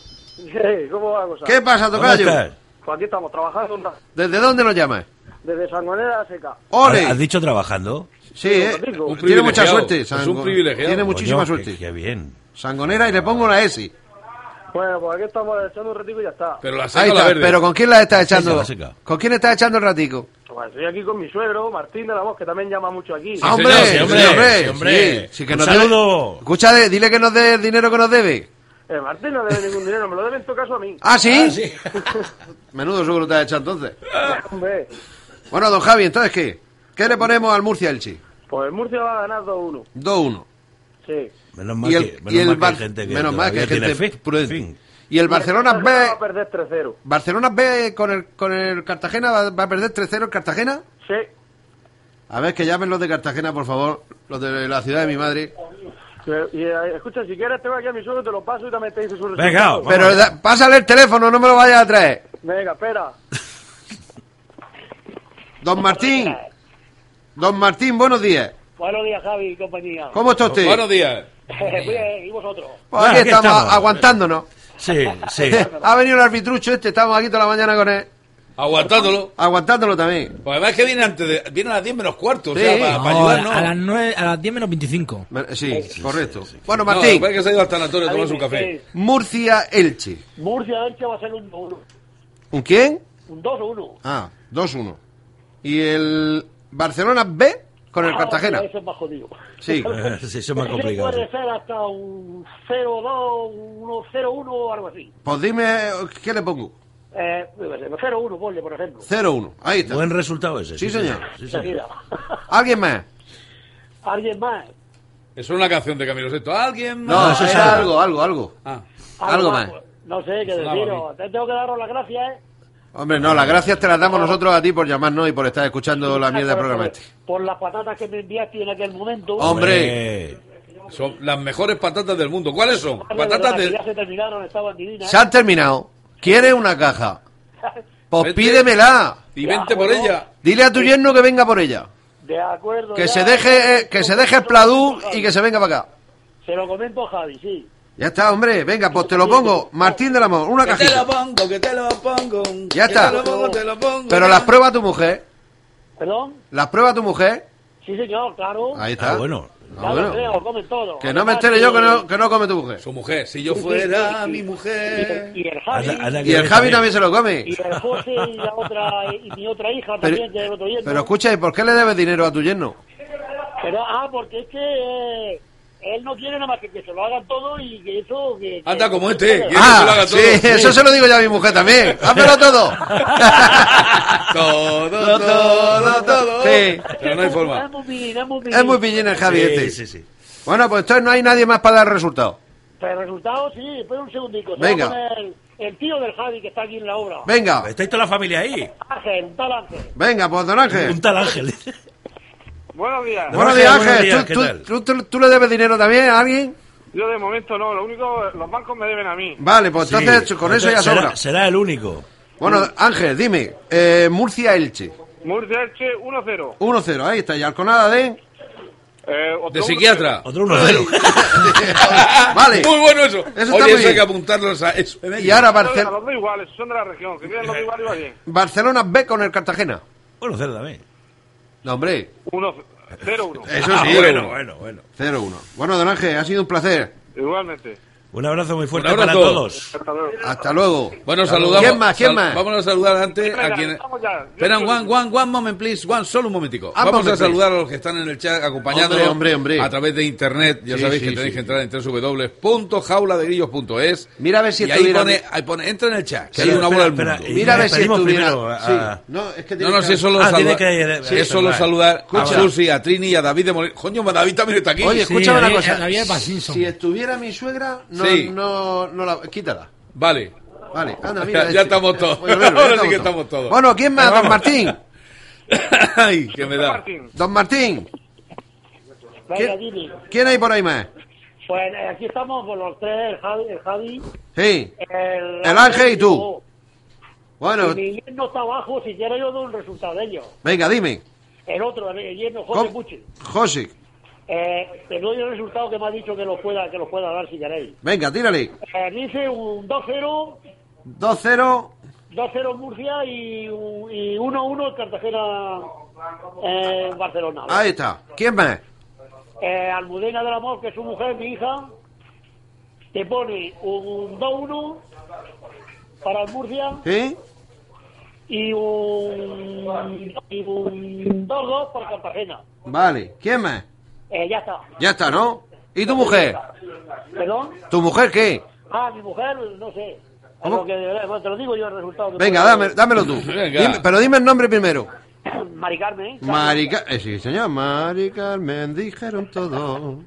¿Cómo va la cosa? ¿Qué pasa, ¿Dónde Tocayo? estás? Pues aquí estamos trabajando una- ¿Desde dónde nos llamas? desde Sangonera a la Seca. ¡Ole! ¿Has dicho trabajando? Sí, eh. Rodrigo. Un tiene mucha privilegiado. suerte. Es un privilegiado. Tiene Coño, muchísima Coño, suerte. Qué, qué bien. Sangonera y le pongo una S. Bueno, pues aquí estamos echando un ratito y ya está. Pero la seca Ahí o la está. verde. Pero ¿con quién la estás echando? la seca. ¿Con quién estás echando el ratico? Pues estoy aquí con mi suegro, Martín de la Voz, que también llama mucho aquí. Ah, señor, sí, hombre, sí, hombre. Sí, sí que Un nos debe- saludo. Escucha, de- dile que nos dé el dinero que nos debe. Eh, Martín no debe ningún dinero, me lo debe en todo caso a mí. ¿Ah, sí? Menudo seguro te has echado entonces. Ah, Hombre, Bueno, don Javi, entonces ¿qué? ¿Qué le ponemos al Murcia Elche? pues el Murcia va a ganar 2-1. 2-1. Sí. Menos mal Y el, que, y menos el mal que hay Bar- gente que menos mal que hay todavía gente tiene fe. prudente. Fin. Y el Barcelona El va a B. perder 3-0. Barcelona B con el, con el Cartagena va, va a perder 3-0 el Cartagena. Sí. A ver, que llamen los de Cartagena, por favor. Los de la ciudad de mi madre. Pero- Y eh, escucha, si quieres tengo aquí a mi suegro, te lo paso y también te dice su Venga, resultado. vamos. Pero da- pásale el teléfono, no me lo vayas a traer. Venga, espera. Don Martín. Don Martín, buenos días. Buenos días, Javi y compañía. ¿Cómo está usted? Buenos días. Bien, ¿y vosotros? Pues aquí Ah, aquí estamos, estamos. aguantándonos. Sí, sí. ha venido el arbitrucho este, estamos aquí toda la mañana con él. Aguantándolo. Aguantándolo también. Pues además que viene antes de, viene a las 10 menos cuarto, o Sí. sea, para, No, ayudarnos. a, las nueve, a las 10 menos 25. Me- Sí, correcto. Bueno, No, Martín. parece que se ha ido al tanatorio a tomar su Dime, café. eh, Murcia, Elche. Murcia Elche va a ser un 1 ¿Un quién? Un 2-1. Ah, 2-1. ¿Y el Barcelona B? con el Cartagena. Ah, Eso es más jodido. Sí. Sí, eso es más complicado. Puede ser hasta un 0-2, un 0-1 o algo así. Pues dime, ¿qué le pongo? Eh, yo qué sé, 0-1, ponle, por ejemplo. 0-1. Ahí está. Buen resultado ese. Sí, señor. Sí, señor. Mira, ¿Alguien más? ¿Alguien más? Eso es una canción de Camilo Sesto. ¿Alguien No, más? eso es algo, algo, algo. Ah. Algo más. pues, No sé qué Sonaba deciros. Te tengo que daros las gracias, ¿eh? Hombre, no, las gracias te las damos nosotros a ti por llamarnos y por estar escuchando la mierda de por, programa por, este. por las patatas que me enviaste en aquel momento. Hombre, Son las mejores patatas del mundo. ¿Cuáles son? Vale, de verdad, Patatas que de... Ya se terminaron, estaban divinas. ¿eh? se han terminado. ¿Quieres una caja? Pues Vete. pídemela. Y vente por ella. Dile a tu yerno que venga por ella. De acuerdo. Que ya. se deje, eh, que se deje el pladú y que se venga para acá. Se lo comento a Javi, sí. Ya está, hombre. Venga, pues te lo pongo. Martín del Amor, una Que te cajita. lo pongo, que te lo pongo. Ya Que está. Te lo pongo, te lo pongo. Pero las prueba tu mujer. ¿Perdón? Las prueba tu mujer. Sí, señor, claro. Ahí está. Ah, bueno. Ah, Ya bueno. lo creo, comen todo. Que no me Además, entere yo que sí, no, que no come tu mujer. Su mujer. Si yo sí, sí, fuera sí, sí. mi mujer... Y, y el Javi. Anda- anda que Y el ves Javi también se lo come. Y el José y la otra, y mi otra hija también, que es el otro Pero, yerno. pero escucha, ¿y por qué le debes dinero a tu yerno? Pero, ah, porque es que eh, él no quiere nada más que que se lo hagan todo y que eso... Que, que- Anda como este. que se lo Ah, haga sí, todo. eso se lo digo yo a mi mujer también. Hámelo todo. Todo, todo, todo. Sí. Pero no hay Es forma. muy pillín, es muy pillín. Es muy pillín el Javi este. Sí, sí, sí. Bueno, pues entonces no hay nadie más para dar resultado. Pero el resultado, sí, espera un segundico. Se Venga. va a poner el tío del Javi que está aquí en la obra. Venga, ¿Estáis toda la familia ahí? Ángel, un tal Ángel. venga, pues don Un Ángel. tal Ángel. Buenos días. Buenos días, Buenos días, Ángel. ¿qué ¿Tú, tal? tú, tú- tú le debes dinero también a alguien? Yo de momento no, lo único, los bancos me deben a mí. Vale, pues entonces Sí. con eso ya Entonces será- sobra. Será el único. Bueno, Ángel, dime. eh, Murcia-Elche. Murcia Elche 1-0. 1-0, ahí está. Y Alconada de... Eh, De psiquiatra. Otro 1-0. Vale. Muy bueno eso. está muy Oye, eso hay bien. que apuntarlo. a eso. eh, Y ahora Barce- dos iguales, son de la región. Que quieran los dos iguales, va bien. Barcelona B con el Cartagena. 1-0 también. No, hombre. 1-0-1. Eso Ah, sí. bueno, Bueno, bueno. 0-1. Bueno, don Ángel, ha sido un placer. Igualmente. Un abrazo muy fuerte Un abrazo. para todos. Hasta luego. Hasta luego. Bueno, saludamos. ¿Quién más? ¿Quién sal- más? Vamos a saludar antes a Venga, quienes. vamos ya. Yo Espera, quiero- Juan, Juan, Juan, moment, please. Juan, solo un momentico. Ah, vamos a moment, saludar a los que están en el chat acompañándonos Hombre, hombre, hombre. a través de internet. Ya Sí, sabéis sí, que tenéis sí. que entrar en www.jauladegrillos.es. Mira a ver si y ahí estuviera- pone, ahí pone, entra en el chat. Que Sí, hay una bola espera, del mundo. espera, y- Mira a ver si Pedimos estuviera. primero a- Sí. No, es que No, tiene no, que- eh, si es solo, Ah, tiene saludar, que ir- sí, es sí, solo vale. saludar a Escucha. Susi, a Trini y a David de Molina. Coño, David también está aquí. Oye, Sí, escúchame una ahí- cosa. ahí es Basinson. Si estuviera mi suegra, no, Sí. no, no la. Quítala. Vale. Vale, anda, Ya- mira. ya este. estamos todos. Bueno, bueno, ya Ahora sí que estamos todos. Bueno, ¿quién más? Don Martín. Ay, que me da. Don Martín, Venga, Dini. ¿quién hay por ahí más? Pues eh, aquí estamos con los tres, el Javi, el, Javi, Sí. el, El Ángel y tú. Bueno. Bueno, Mi yerno está abajo, si quiero yo doy un resultado de ellos. venga, dime. El otro, el yerno, José ¿Cómo? Puche. José, Eh, te doy el resultado que me ha dicho que lo pueda, que lo pueda dar si queréis. venga, tírale. Eh, dice un 2-0, 2-0. 2-0 Murcia y un- y 1-1 Cartagena eh, Barcelona. Ahí está. ¿Quién más? Eh, Almudena del Amor, que es su mujer, mi hija, te pone un 2-1 para el Murcia ¿Sí? y un, y un 2-2 para Cartagena. Vale. ¿Quién más? Eh, ya está. Ya está, ¿no? ¿Y tu mujer? ¿Perdón? ¿Tu mujer qué? Ah, mi mujer, no sé. ¿Cómo? Lo que, bueno, te lo digo yo el resultado. que Venga, pueda- dame, dámelo tú. Venga. Dime- pero dime el nombre primero. Mari Carmen, Mari Car- eh, sí, señor. Mari Carmen, dijeron todo.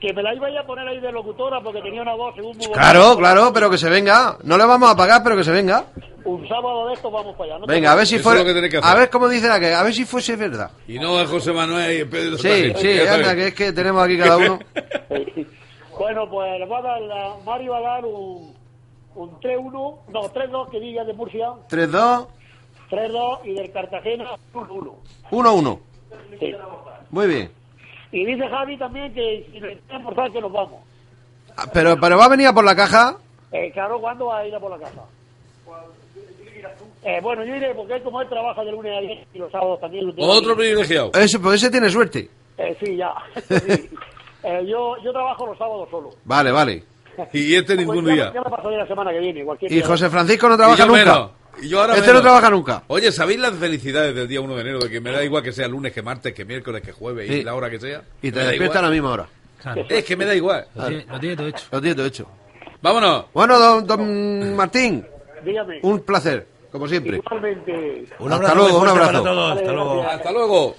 que me la iba a ir a poner ahí de locutora porque tenía una voz según muy bonita. Claro, claro, pero que se venga. No le vamos a pagar, pero que se venga. Un sábado de estos vamos para allá. ¿no? Venga, a ver si Eso fuera. es lo que tenés que hacer. A ver cómo dice la que. A ver si fuese verdad. Y no es José Manuel y el Pedro. Sí, sí, Ya anda, sabes. que es que tenemos aquí cada uno. Bueno, pues le va a dar la- Mario va a dar un, un 3-1, no, 3-2 que diga de Murcia, 3-2, 3-2 y del Cartagena 1-1. 1-1. Sí. Muy bien. Y dice Javi también que si le quieren forzar que nos vamos. Ah, Pero, pero va a venir a por la caja. Eh, claro, ¿cuándo va a ir a por la casa? Eh, bueno, yo iré porque él como él trabaja de lunes a viernes y los sábados también. lo tiene Otro libre. privilegiado. Ese, pues ese tiene suerte. Eh, sí, ya. Sí. Eh, yo, yo trabajo los sábados solo. Vale, vale. Y este Pues ningún ya- día. Pues Ya me pasaré la semana que viene. Cualquier Y día. José Francisco no Y trabaja yo nunca. menos. Y yo ahora Este menos. no trabaja nunca. Oye, ¿sabéis las felicidades del día 1 de enero? De que me da igual que sea lunes, que martes, que miércoles, que jueves y Sí. la hora que sea. Y te Me da despiertas a igual. la misma hora. Claro. Es que me da igual. Lo tiene- lo tiene todo hecho. Lo tiene todo hecho. Vámonos. Bueno, don, don Martín, Dígame. un placer, como siempre. Igualmente. Un Hasta abrazo luego, muy un fuerte abrazo. para todos, hasta Vale, luego. gracias. Hasta luego.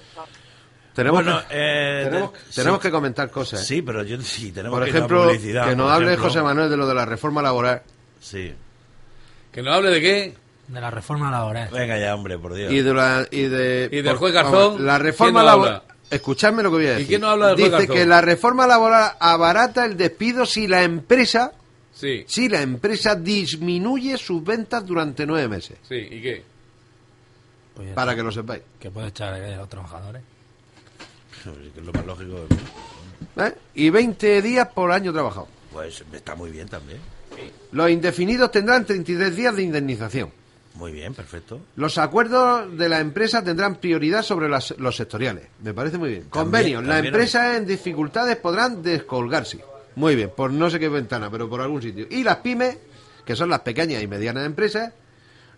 Tenemos, Bueno, que, eh, tenemos, de- tenemos sí. que comentar cosas. ¿eh? Sí, pero yo sí, tenemos por que ir a ejemplo, publicidad, que nos por hable ejemplo. José Manuel de lo de la reforma laboral Sí. Que nos hable de qué. De la reforma laboral. Venga ya, hombre, por Dios. y de la y de, Y del por- juez Garzón, vamos, la reforma ¿quién nos laboral. habla? Escuchadme lo que voy a decir. quién nos habla del juez Dice Garzón? que la reforma laboral abarata el despido si la empresa Sí, si la empresa disminuye sus ventas durante nueve meses. sí. ¿Y qué? Pues ya Para está. que lo sepáis. que puede echar eh, a los trabajadores. Que es lo más lógico del mundo. ¿eh? Y 20 días por año trabajado. Pues está muy bien también. Los indefinidos tendrán 33 días de indemnización. Muy bien, perfecto. Los acuerdos de la empresa tendrán prioridad sobre las- los sectoriales. Me parece muy bien. Convenios. Las también. empresas en dificultades podrán descolgarse. Muy bien, por no sé qué ventana, pero por algún sitio. Y las pymes, que son las pequeñas y medianas empresas,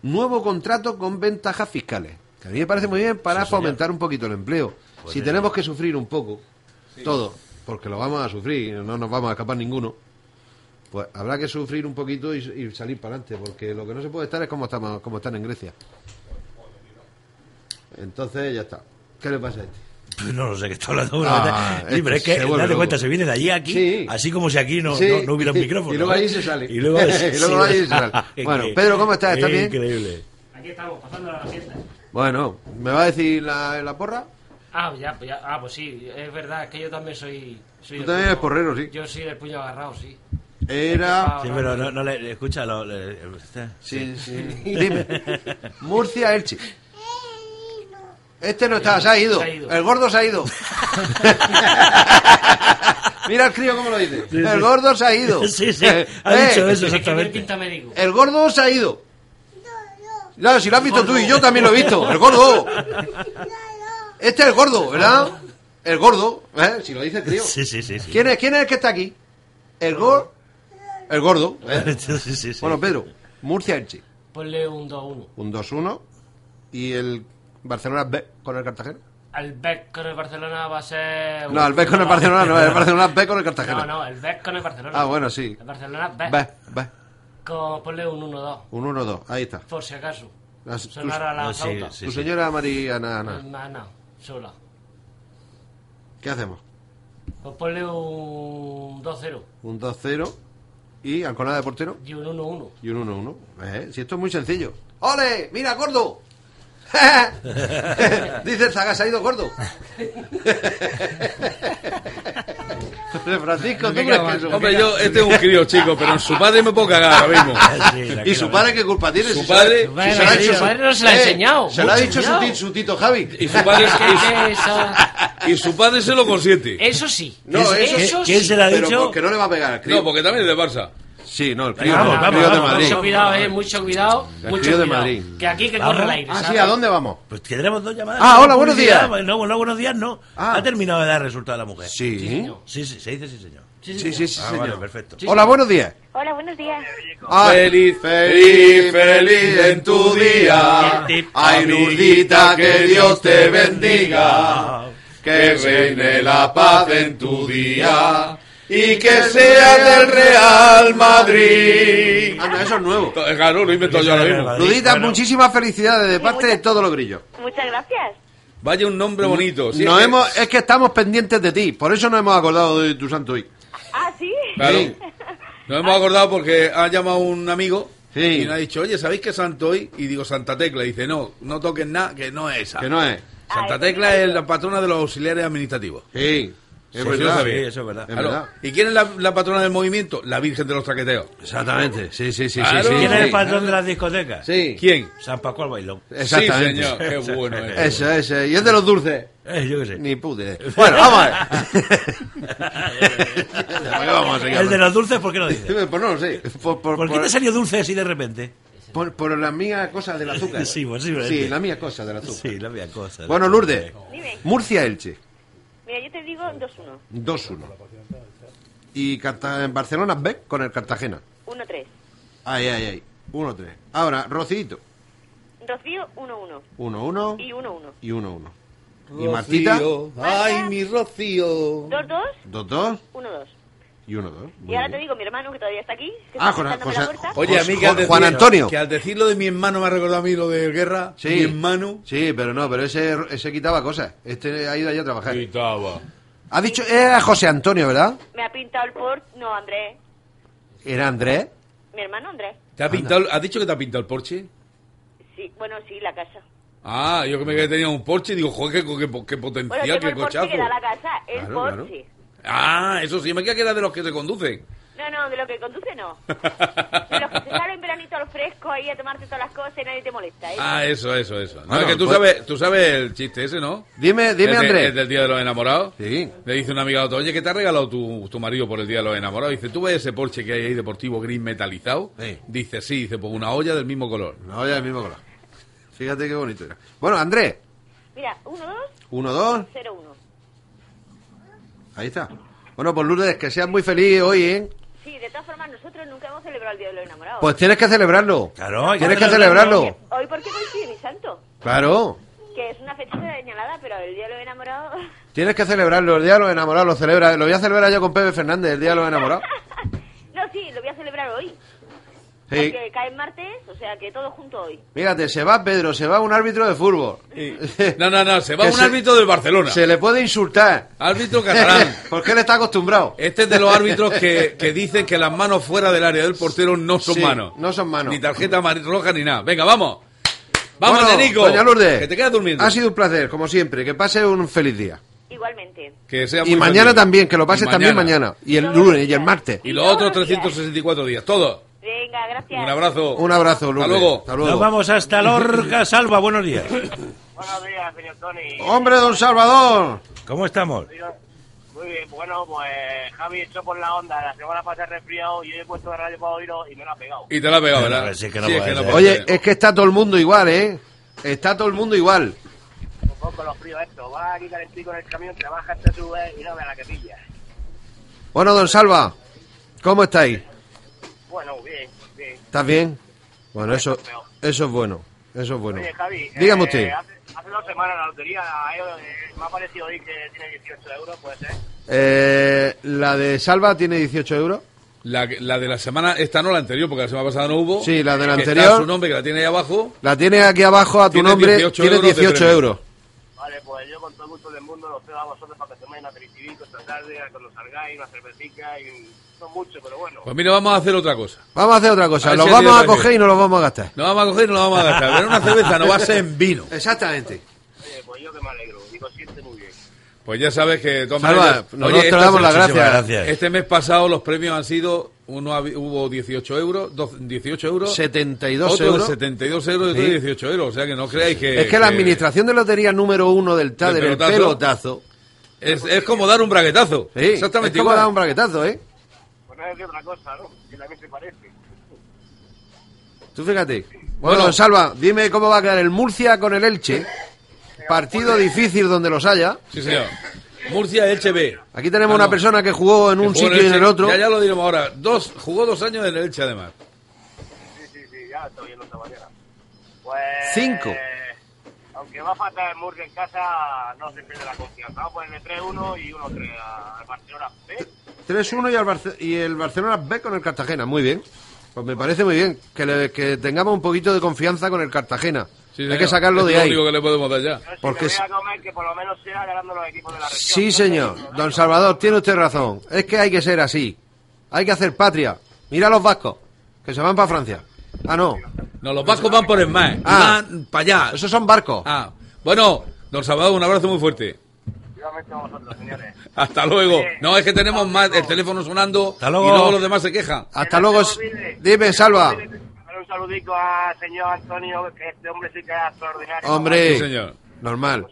nuevo contrato con ventajas fiscales. Que a mí me parece muy bien para fomentar un poquito el empleo. Pues si tenemos que sufrir un poco, todo, porque lo vamos a sufrir, no nos vamos a escapar ninguno. Pues habrá que sufrir un poquito y, y salir para adelante, porque lo que no se puede estar es como, estamos, como están en Grecia. Entonces ya está. ¿Qué le pasa a este? Pues No lo sé qué está hablando. Ah, Sí, pero es este que, se vuelve date loco. cuenta, se viene de allí a aquí, Sí. así como si aquí no, Sí. no, no hubiera un micrófono. Y luego ¿eh? ahí se sale. Y luego, Y luego ahí se sale. Bueno, Pedro, ¿cómo estás? ¿Estás bien? Increíble. Aquí estamos, pasando la siesta. Bueno, ¿me va a decir la, la porra? Ah, ya, pues ya, ah, pues sí, es verdad, es que yo también soy... soy Tú del también eres puño- porrero, sí. Yo soy del puño agarrado, sí. Era... Sí, pero no, no le, escucha, lo, le- eh, Sí, sí. Dime. Murcia, Elche. Este no está, se ha ido. Se ha ido. El gordo se ha ido. Mira el crío cómo lo dice. El gordo se ha ido. Sí, sí, ha Eh, dicho eso Se quedó el exactamente. pinta médico. El gordo se ha ido. Ya, si lo has visto tú y yo también lo he visto. El gordo. Este es el gordo, ¿verdad? El gordo, ¿eh? Si lo dice el crío. Sí, sí, sí. sí. ¿Quién es, quién es el que está aquí? El gordo. El gordo. ¿eh? Sí, sí, sí, sí. Bueno, Pedro, Murcia, Elche. Ponle un 2-1. un 2-1 y el Barcelona B con el Cartagena. El Beck con el Barcelona va a ser... No, el B con el Barcelona no, el Barcelona B con el Cartagena. No, no, el Beck con el Barcelona. Ah, bueno, sí. El Barcelona Beck. B, B, Con, ponle un 1-2, un 1-2, ahí está. por si acaso. Las- Sonara la No, sí, flauta. sí, Tu sí. señora Mariana, Ana, No, no, sola. ¿qué hacemos? Pues ponle un 2-0 Un 2-0 y Alconada de portero y un 1-1. y un 1-1. Eh, Si esto es muy sencillo. ¡Ole! ¡Mira, gordo! Dice el Zaga, se ha ido gordo. José Francisco, ¿tú Me crees quedo que eso? Hombre, yo, este es un crío, chico, pero en su padre me puedo cagar ahora mismo. ¿Y su padre qué culpa tiene? Su Si se la- padre- si Bueno, se la ha sí, hecho su su- padre no se la ha Eh, enseñado. Se lo ha Mucho dicho su, cuidado. ti- su tito Javi. Y su padre, y Eso, su, y su padre se lo consiente. eso sí. No, eso, eso- ¿Qué- sí. ¿Quién se la ha Pero dicho? porque no le va a pegar al crío. No, porque también es de Barça. Sí, no, el crío, Venga, no, vamos, el vamos, crío de vamos, Madrid. Mucho cuidado, eh, mucho cuidado. El mucho crío de cuidado. Madrid. Que aquí que Vamos. corre el aire. Ah, sí, ¿sabes? ¿a dónde vamos? Pues tendremos dos llamadas. Ah, hola, Una buenos publicidad. días. Bueno, No, no, buenos días, no. Ah. Ha terminado de dar el resultado de la mujer. Sí. Sí, sí, se dice sí, señor. Sí, Sí, sí, sí, sí, Ah, señor. vale, perfecto. Hola, buenos días. Hola, buenos días. Ah, Feliz, feliz, feliz en tu día. Ay, Nurdita, que Dios te bendiga. Que reine la paz en tu día. Y que sea del Real Madrid. Ah, no, eso es nuevo. Claro, lo he inventado yo ahora mismo. Ludita, Bueno. muchísimas felicidades de parte de todos los grillos. Muchas gracias. Vaya un nombre bonito. sí, Nos es que- hemos, es que estamos pendientes de ti, por eso nos hemos acordado de tu santo hoy. Ah, sí. Claro. Sí. Nos hemos acordado porque ha llamado un amigo Sí. y nos ha dicho, oye, ¿sabéis qué santo hoy? Y digo, Santa Tecla. Y dice, no, no toques nada, que no es esa. Que no es. Santa Ah, Tecla es la patrona de los auxiliares administrativos. Sí, es Sí, verdad. sí, sí, eso es verdad. Es Claro. verdad. ¿Y quién es la, la patrona del movimiento? La Virgen de los Traqueteos. Exactamente, sí, sí, sí. Claro. sí, sí, ¿Quién es sí. el patrón de las discotecas? Sí. ¿Quién? San Pascual Bailón. Exactamente. Sí, señor. Qué bueno es. Eso, eso. Y es de los dulces. Eh, yo qué sé. Ni puta idea. Bueno, vamos a ver. ¿Para qué vamos a seguir El de hablando? los dulces, ¿por qué lo dices? Pues no lo sé. Por, por, ¿Por qué te por, salió dulce así de repente? por- por la mía cosa del azúcar. Sí, posiblemente. Sí, la mía cosa del azúcar. Sí, la mía cosa. Bueno, Lourdes. Dime. Murcia-Elche. Mira, yo te digo 2-1. 2-1. Y Carta- en Barcelona, B con el Cartagena. 1-3. Ay, ay, ay. 1-3. Ahora, Rocidito. Rocío 1-1. 1-1. Y 1-1. Y 1-1. ¿Y Martita? Rocío, Ay, mi Rocío. 2-2, 2-2 1-2. y 1-2. Y ahora te digo, mi hermano que todavía está aquí. Que Ah, está Jona- sentándome José- la puerta. Oye, Oye, a mí que al decir, Juan Antonio. Que al decir lo de mi hermano me ha recordado a mí lo de guerra. Sí. Mi hermano. Sí, pero no, pero ese, ese quitaba cosas. Este ha ido allá a trabajar. Quitaba. Ha dicho, era José Antonio, ¿verdad? Me ha pintado el port. No, Andrés. Era Andrés. Mi hermano Andrés. ¿Te ha pintado, ¿Has dicho que te ha pintado el porche? Sí, bueno, sí, la casa. Ah, yo que me quedé tenía un porche y digo, joder, qué, qué- qué Bueno, potencial, tengo qué el porche cochazo. que da la casa. El Claro, claro. porche. Ah, eso sí, me queda que era de los que te conducen. No, no, de lo que conduce no. De los que se salen en veranito al fresco ahí a tomarte todas las cosas y nadie te molesta. ¿eh? Ah, eso, eso, eso. No, Bueno, es que tú, pues- sabes, tú sabes el chiste ese, ¿no? Dime, El dime, de- el Andrés. del Día de los Enamorados. Sí. Le dice una amiga a otra, oye, ¿qué te ha regalado tu, tu marido por el Día de los Enamorados? Dice, ¿tú ves ese Porsche que hay ahí deportivo gris metalizado? Dice, sí, dice, pues una olla del mismo color. Una olla del mismo color. Fíjate qué bonito era. Bueno, Andrés. Mira, 1-2, 1-2. 0-1. Ahí está. Bueno, pues Lourdes, que seas muy feliz hoy, ¿eh? Sí, de todas formas, nosotros nunca hemos celebrado el Día de los Enamorados. Pues tienes que celebrarlo. Claro, hay que Tienes que celebrarlo. celebrarlo. Hoy, ¿por qué coincide mi santo? Claro. Que es una fecha señalada, pero el Día de los Enamorados... Tienes que celebrarlo. El Día de los Enamorados lo celebra. Lo voy a celebrar yo con Pepe Fernández, el Día de los Enamorados. No, sí, lo voy a celebrar hoy. Sí. Porque cae en martes, o sea que todo junto hoy. Mírate, se va Pedro, se va un árbitro de fútbol. No, no, no, se va Que un se- árbitro del Barcelona. Se le puede insultar. Árbitro catalán. Porque él está acostumbrado. Este es de los árbitros que, que dicen que las manos fuera del área del portero no son Sí, manos. No son manos. Ni tarjeta amar- roja ni nada. Venga, vamos. Vamos, Bueno, Nico. Doña Lourdes. Que te quedas durmiendo. Ha sido un placer, como siempre. Que pase un feliz día. Igualmente. Que sea Y muy mañana feliz. también, que lo Y pases también mañana. Y el lunes y el martes. Y los otros 364 días. Todo. Venga, gracias. Un abrazo. Un abrazo, Lourdes. Hasta luego. Hasta luego. Nos vamos hasta Lorca. Salva, buenos días. Buenos días, señor Tony. Hombre, don Salvador. ¿Cómo estamos? Muy bien, bueno, pues Javi echó por la onda. La semana pasada resfriado y yo he puesto la radio para oírlo y me lo ha pegado. Y te la ha pegado, ¿verdad? Sí, es que no Sí, es puede que no ser. puede Oye, ser. es que está todo el mundo igual, ¿eh? Está todo el mundo igual. Un poco los fríos esto. Va aquí calentico en el camión, te bajas, te subes y no me la que pilla. Bueno, don Salva, ¿cómo estáis? Bueno, bien, bien. ¿Estás bien? Bueno, eso, eso es bueno. Eso es bueno. Oye, Javi, Dígame eh, usted. Hace, hace dos semanas la lotería eh, me ha parecido hoy que tiene 18 euros, puede ser. Eh, la de Salva tiene 18 euros. La, que- la de la semana, esta no, la anterior, porque la semana pasada no hubo. Sí, la de la Que está anterior. su nombre, que la tiene ahí abajo. La tiene aquí abajo a tu Tiene nombre. 18 tiene euros de 18 premio. euros. Vale, pues yo con todo el gusto del mundo los cedo a vosotros para que toméis un aperitivico esta tarde, cuando salgáis, una cervecita y un- no mucho, pero bueno. Pues mira, vamos a hacer otra cosa. Vamos a hacer otra A cosa. ver Los si tiene vamos a premio. coger y nos los vamos a gastar. Nos vamos a coger y nos vamos a gastar. Pero una cerveza no va a ser en vino. Exactamente. Oye, pues yo que me alegro y lo siente muy bien. Pues ya sabes que de todas Salva, maneras- nosotros te esta damos las muchísimas gracias. Este mes pasado los premios han sido uno ha- hubo 18 euros, dos- 18 euros, 72 otro euros. 72 euros y otro Sí. 18 euros. O sea que no creáis que es que la administración de lotería número uno del TAD, del del pelotazo, pelotazo. es, es como dar un braguetazo. sí, Exactamente es como igual. dar un braguetazo, ¿eh? Pues no es que otra cosa, ¿no? Que también se parece. Tú fíjate. Bueno, Bueno. don Salva, dime cómo va a quedar el Murcia con el Elche. Partido difícil donde los haya. Sí, señor. Murcia Elche B. Aquí tenemos Ah, no. una persona que jugó en Que un jugó sitio y en Elche. el otro. Ya, ya lo diremos ahora. Dos, jugó dos años en el Elche además. Sí, sí, sí, ya estoy en esta mañana. Pues... Cinco. Aunque va a faltar el Murray en casa, no se pierde la confianza. Vamos a ponerle 3-1 y 1-3 a- al Barcelona. ¿Eh? 3-1 y, al Barce- y el Barcelona B con el Cartagena. Muy bien. Pues me parece muy bien que, le- que tengamos un poquito de confianza con el Cartagena. Sí, Hay señor. que sacarlo Es de lo ahí. único que le podemos dar ya. Yo sí Porque me si- voy a comer que por lo menos sea ganando los equipos de la región. Sí, señor. Don Salvador, tiene usted razón. Es que hay que ser así. Hay que hacer patria. Mira a los vascos, que se van para Francia. Ah, no. No, los vascos van por el mar. Ah. Van para allá. Esos son barcos. Ah, bueno, don Salvador, un abrazo muy fuerte. Igualmente a vosotros, señores. Hasta luego. No, es que tenemos más el teléfono sonando luego. y luego los demás se quejan. Hasta luego. s- Dime, Salva. Dar Un saludico al señor Antonio, que este hombre sí que es extraordinario. Hombre. Sí, señor. Normal.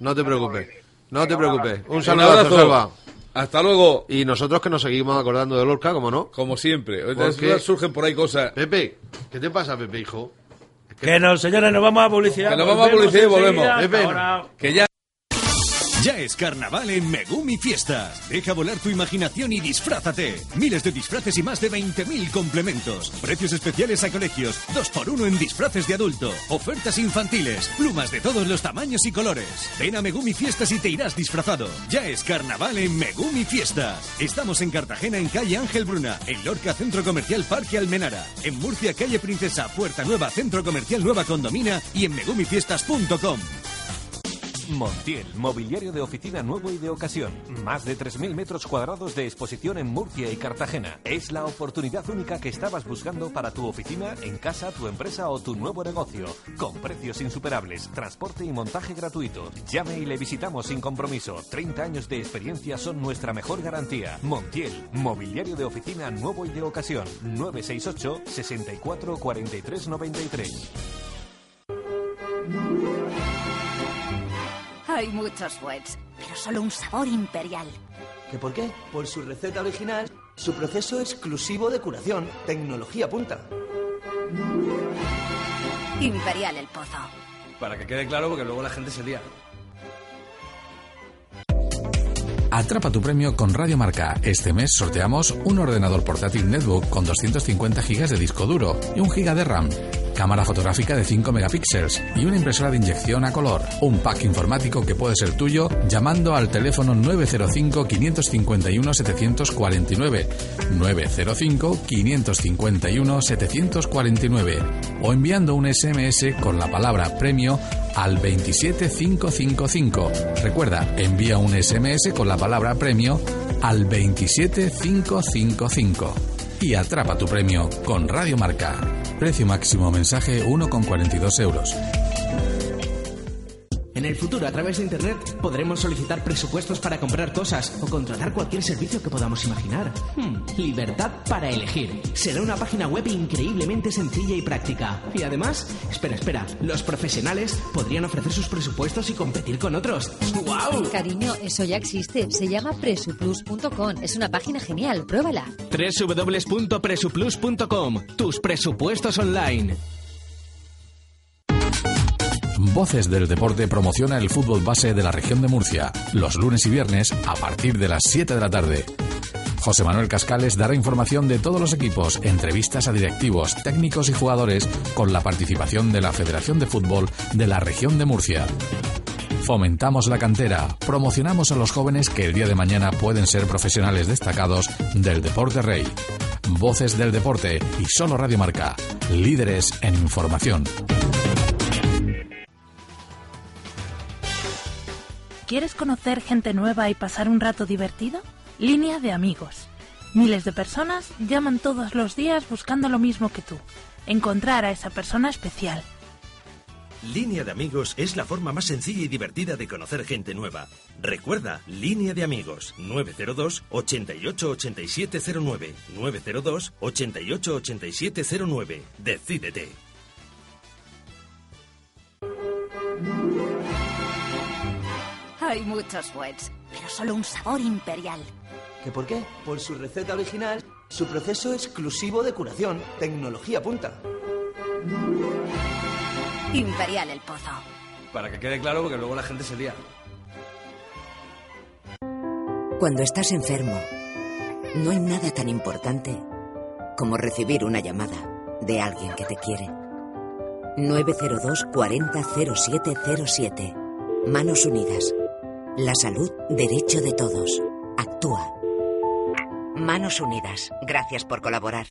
No te preocupes. No te preocupes. Un Un saludo, abrazo. Salva. Hasta luego, Y nosotros que nos seguimos acordando de Lorca, como no. como siempre. Porque- Entonces, Surgen por ahí cosas. Pepe, ¿qué te pasa, Pepe, hijo? Que nos, señores, nos vamos a publicidad. Que nos vamos a publicidad y volvemos. enseguida. Pepe, Ahora- Que ya Ya es carnaval en Megumi Fiestas. Deja volar tu imaginación y disfrázate. Miles de disfraces y más de 20.000 complementos. Precios especiales a colegios. 2x1 en disfraces de adulto. Ofertas infantiles. Plumas de todos los tamaños y colores. Ven a Megumi Fiestas y te irás disfrazado. Ya es carnaval en Megumi Fiestas. Estamos en Cartagena en calle Ángel Bruna. En Lorca Centro Comercial Parque Almenara. En Murcia calle Princesa Puerta Nueva Centro Comercial Nueva Condomina. Y en megumifiestas.com. Montiel, mobiliario de oficina nuevo y de ocasión. Más de 3.000 metros cuadrados de exposición en Murcia y Cartagena. Es la oportunidad única que estabas buscando para tu oficina, en casa, tu empresa o tu nuevo negocio. Con precios insuperables, transporte y montaje gratuito. Llame y le visitamos sin compromiso. 30 años de experiencia son nuestra mejor garantía. Montiel, mobiliario de oficina nuevo y de ocasión. 968 64 43 93. Hay muchos wets, pero solo un sabor imperial. ¿Que por qué? Por su receta original, su proceso exclusivo de curación, tecnología punta. Imperial el pozo. Para que quede claro, porque luego la gente se lía. Atrapa tu premio con Radio Marca. Este mes sorteamos un ordenador portátil netbook con 250 GB de disco duro y 1 GB de RAM, cámara fotográfica de 5 megapíxeles y una impresora de inyección a color. Un pack informático que puede ser tuyo llamando al teléfono 905 551 749 905 551 749 o enviando un SMS con la palabra premio al 27555. Recuerda, envía un SMS con la palabra premio al 27555 y atrapa tu premio con Radio Marca. Precio máximo mensaje 1,42 euros. En el futuro, a través de Internet, podremos solicitar presupuestos para comprar cosas o contratar cualquier servicio que podamos imaginar. Hmm, libertad para elegir. Será una página web increíblemente sencilla y práctica. Y además, espera, espera, los profesionales podrían ofrecer sus presupuestos y competir con otros. ¡Wow! Cariño, eso ya existe. Se llama presuplus.com. Es una página genial. Pruébala. www.presuplus.com. Tus presupuestos online. Voces del Deporte promociona el fútbol base de la región de Murcia, los lunes y viernes a partir de las 7 de la tarde. José Manuel Cascales dará información de todos los equipos, entrevistas a directivos, técnicos y jugadores con la participación de la Federación de Fútbol de la región de Murcia. Fomentamos la cantera, promocionamos a los jóvenes que el día de mañana pueden ser profesionales destacados del deporte rey. Voces del deporte y solo Radio Marca, líderes en información. ¿Quieres conocer gente nueva y pasar un rato divertido? Línea de amigos. Miles de personas llaman todos los días buscando lo mismo que tú, encontrar a esa persona especial. Línea de amigos es la forma más sencilla y divertida de conocer gente nueva. Recuerda, línea de amigos 902 88 8709 902 88 8709. Decídete. Hay muchos wets, pero solo un sabor imperial. ¿Que por qué? Por su receta original, su proceso exclusivo de curación, tecnología punta. Imperial el pozo. Para que quede claro, porque luego la gente se lía. Cuando estás enfermo, no hay nada tan importante como recibir una llamada de alguien que te quiere. 902 40 0707. Manos Unidas. La salud, derecho de todos. Actúa. Manos Unidas. Gracias por colaborar.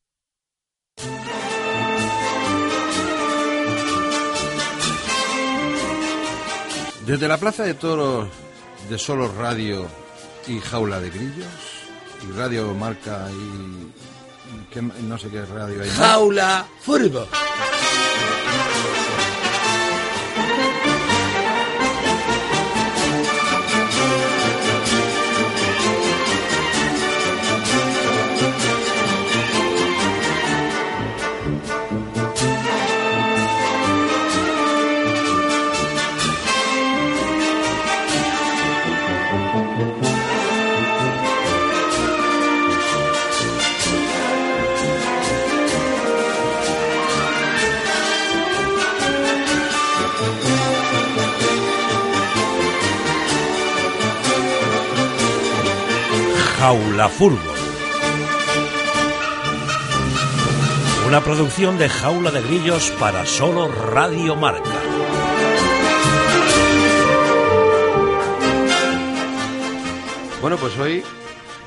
Desde la Plaza de Toros de Solo Radio y Jaula de Grillos y Radio Marca y y qué- no sé qué radio hay. más. Jaula Furbo. Jaula Fútbol. Una producción de Jaula de Grillos para solo Radio Marca. Bueno, pues hoy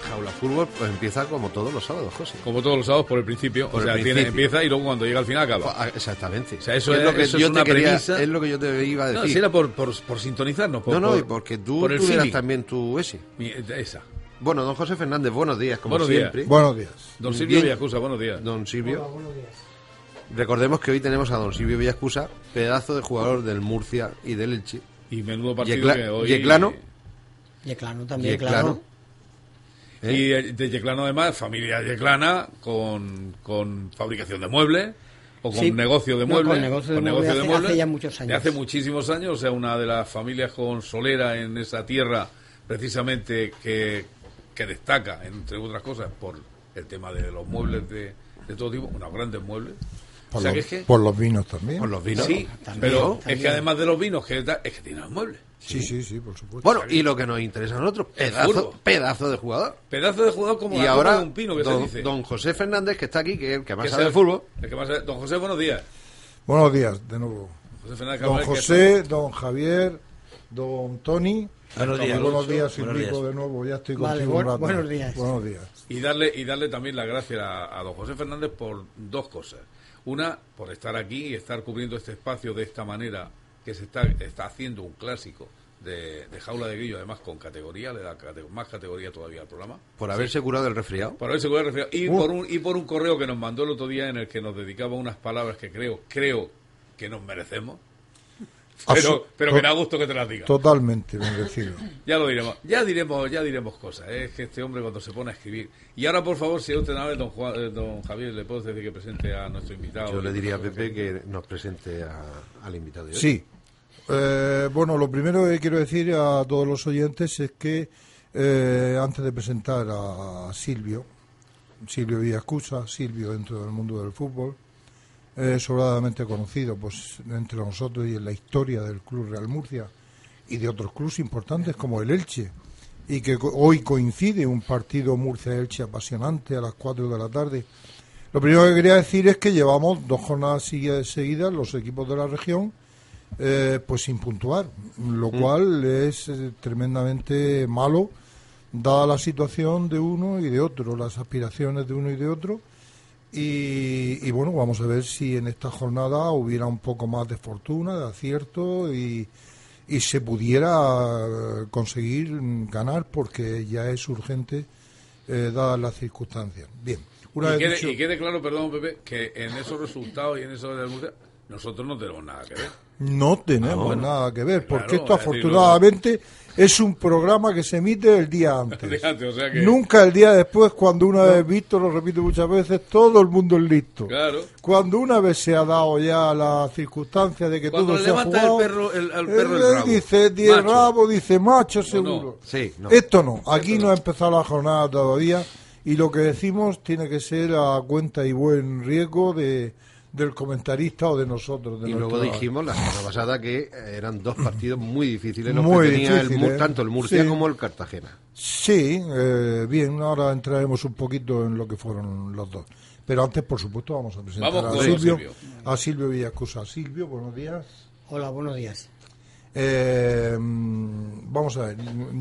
Jaula Fútbol pues empieza como todos los sábados, José. Como todos los sábados, por el principio. Por o el sea, tiene- principio. Ah, empieza y luego cuando llega al final acaba. Exactamente. O sea, eso Es es, lo que eso yo es te una quería- premisa. es lo que yo te iba a No, decir. si era por, por, por sintonizarnos. Por, no, no, por- y porque tú por el tuvieras feeling. también tu ese. Mi- eh, Esa. Bueno, don José Fernández, buenos días, como Buenos días. siempre. Buenos días. Don Silvio Bien. Villacusa, buenos días. Don Silvio. Recordemos que hoy tenemos a don Silvio Villascusa, pedazo de jugador del Murcia y del Elche. Y menudo partido que hoy- Yeclano, Yeclano también, Yeclano. claro. Y eh, de Yeclano, además, familia Yeclana con, con fabricación de muebles o con Sí. negocio de No, muebles. con negocio de muebles hace- hace ya muchos años. De hace muchísimos años, o sea, una de las familias con solera en esa tierra, precisamente que, que destaca, entre otras cosas, por el tema de los muebles de, de todo tipo, unos grandes muebles. Por, o sea, los, que es que- por los vinos también. Por los Sí, pero es que además de los vinos, que da- es que tiene los muebles. Sí, sí, sí, por supuesto. Bueno, y lo que nos interesa a nosotros, El pedazo, fútbol. pedazo de jugador. Pedazo de jugador como y la ahora, copa de un pino que se don, dice. don José Fernández, que está aquí, que es el que más Que sabe sea- de fútbol. el que más sabe- Don José, buenos días. Buenos días, de nuevo. José Fernández Don Cabral, que José, don Javier, don Tony. Buenos días, Buenos Alonso. días, Buenos Silvico, días. de nuevo. Ya estoy Vale, contigo bu- un rato. buenos días. Buenos días. Y darle, y darle también las gracias a, a don José Fernández por dos cosas. Una, por estar aquí y estar cubriendo este espacio de esta manera, que se está, está haciendo un clásico de, de jaula de grillo, además con categoría, le da cate- más categoría todavía al programa. Por haberse curado el resfriado. Por haberse curado el resfriado. Y, Uh. por un, y por un correo que nos mandó el otro día en el que nos dedicaba unas palabras que creo, creo que nos merecemos. Pero, Asu- pero que to- da gusto que te las diga. Totalmente bendecido. Ya lo diremos, ya diremos, ya diremos cosas. ¿eh? Es que este hombre cuando se pone a escribir. Y ahora, por favor, si es usted amable, don, Juan- eh, don Javier, le puedo decir que presente a nuestro invitado. Yo le diría a Pepe que nos presente a- al invitado de hoy. Sí. Eh, bueno, lo primero que quiero decir a todos los oyentes es que eh, antes de presentar a Silvio, Silvio Villascusa, Silvio dentro del mundo del fútbol, eh, sobradamente conocido pues entre nosotros y en la historia del Club Real Murcia y de otros clubes importantes como el Elche, y que co- hoy coincide un partido Murcia-Elche apasionante a las 4 de la tarde. Lo primero que quería decir es que llevamos dos jornadas sigue- seguidas los equipos de la región eh, pues sin puntuar, lo cual es eh, tremendamente malo, dada la situación de uno y de otro, las aspiraciones de uno y de otro. Y, y bueno, vamos a ver si en esta jornada hubiera un poco más de fortuna, de acierto y, y se pudiera eh, conseguir mm, ganar porque ya es urgente eh, dadas las circunstancias. Bien, una y, vez quede, dicho- y quede claro, perdón, Pepe, que en esos resultados y en esos de la Murcia, nosotros no tenemos nada que ver. No tenemos Ah, bueno. nada que ver, porque Claro, esto es decir, afortunadamente es un programa que se emite el día antes. Fíjate, o sea que- Nunca el día después, cuando una vez visto, lo repito muchas veces, todo el mundo es listo. Claro. Cuando una vez se ha dado ya la circunstancia de que Cuando todo le se ha levanta el jugado, perro- el- al él perro el rabo. dice, "Di el Macho. rabo, dice macho seguro. Sí, no. Esto no, aquí no ha empezado la jornada todavía y lo que decimos tiene que ser a cuenta y buen riesgo de, del comentarista o de nosotros. De Y nuestro luego trabajo. dijimos la semana pasada que eran dos partidos muy difíciles los Muy que tenía el Mur- difíciles. tanto el Murcia Sí. como el Cartagena. Sí, eh, bien, ahora entraremos un poquito en lo que fueron los dos. Pero antes, por supuesto, vamos a presentar Vamos a con Silvio, Silvio. a Silvio Villacusa. Silvio, buenos días. Hola, buenos días. Eh, mm, vamos a ver,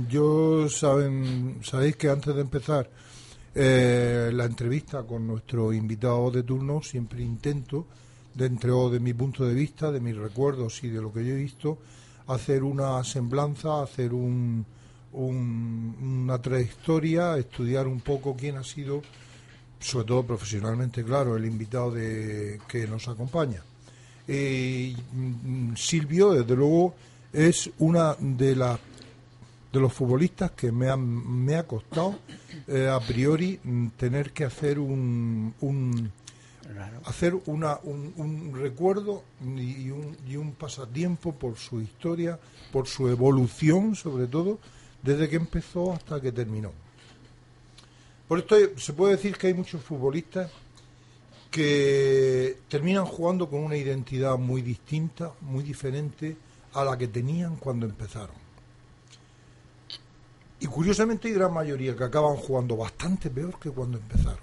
yo saben, sabéis que antes de empezar eh, la entrevista con nuestro invitado de turno, siempre intento, dentro de mi punto de vista, de mis recuerdos y de lo que yo he visto, hacer una semblanza, hacer un, un- una trayectoria, estudiar un poco quién ha sido, sobre todo profesionalmente, claro, el invitado de, que nos acompaña. Eh, mm, Silvio, desde luego, es una de las de los futbolistas que me, han, me ha costado eh, a priori mm, tener que hacer un, un- hacer una, un, un recuerdo y un, y un pasatiempo por su historia, por su evolución sobre todo, desde que empezó hasta que terminó. Por esto eh, se puede decir que hay muchos futbolistas que terminan jugando con una identidad muy distinta, muy diferente a la que tenían cuando empezaron. Y curiosamente hay gran mayoría que acaban jugando bastante peor que cuando empezaron.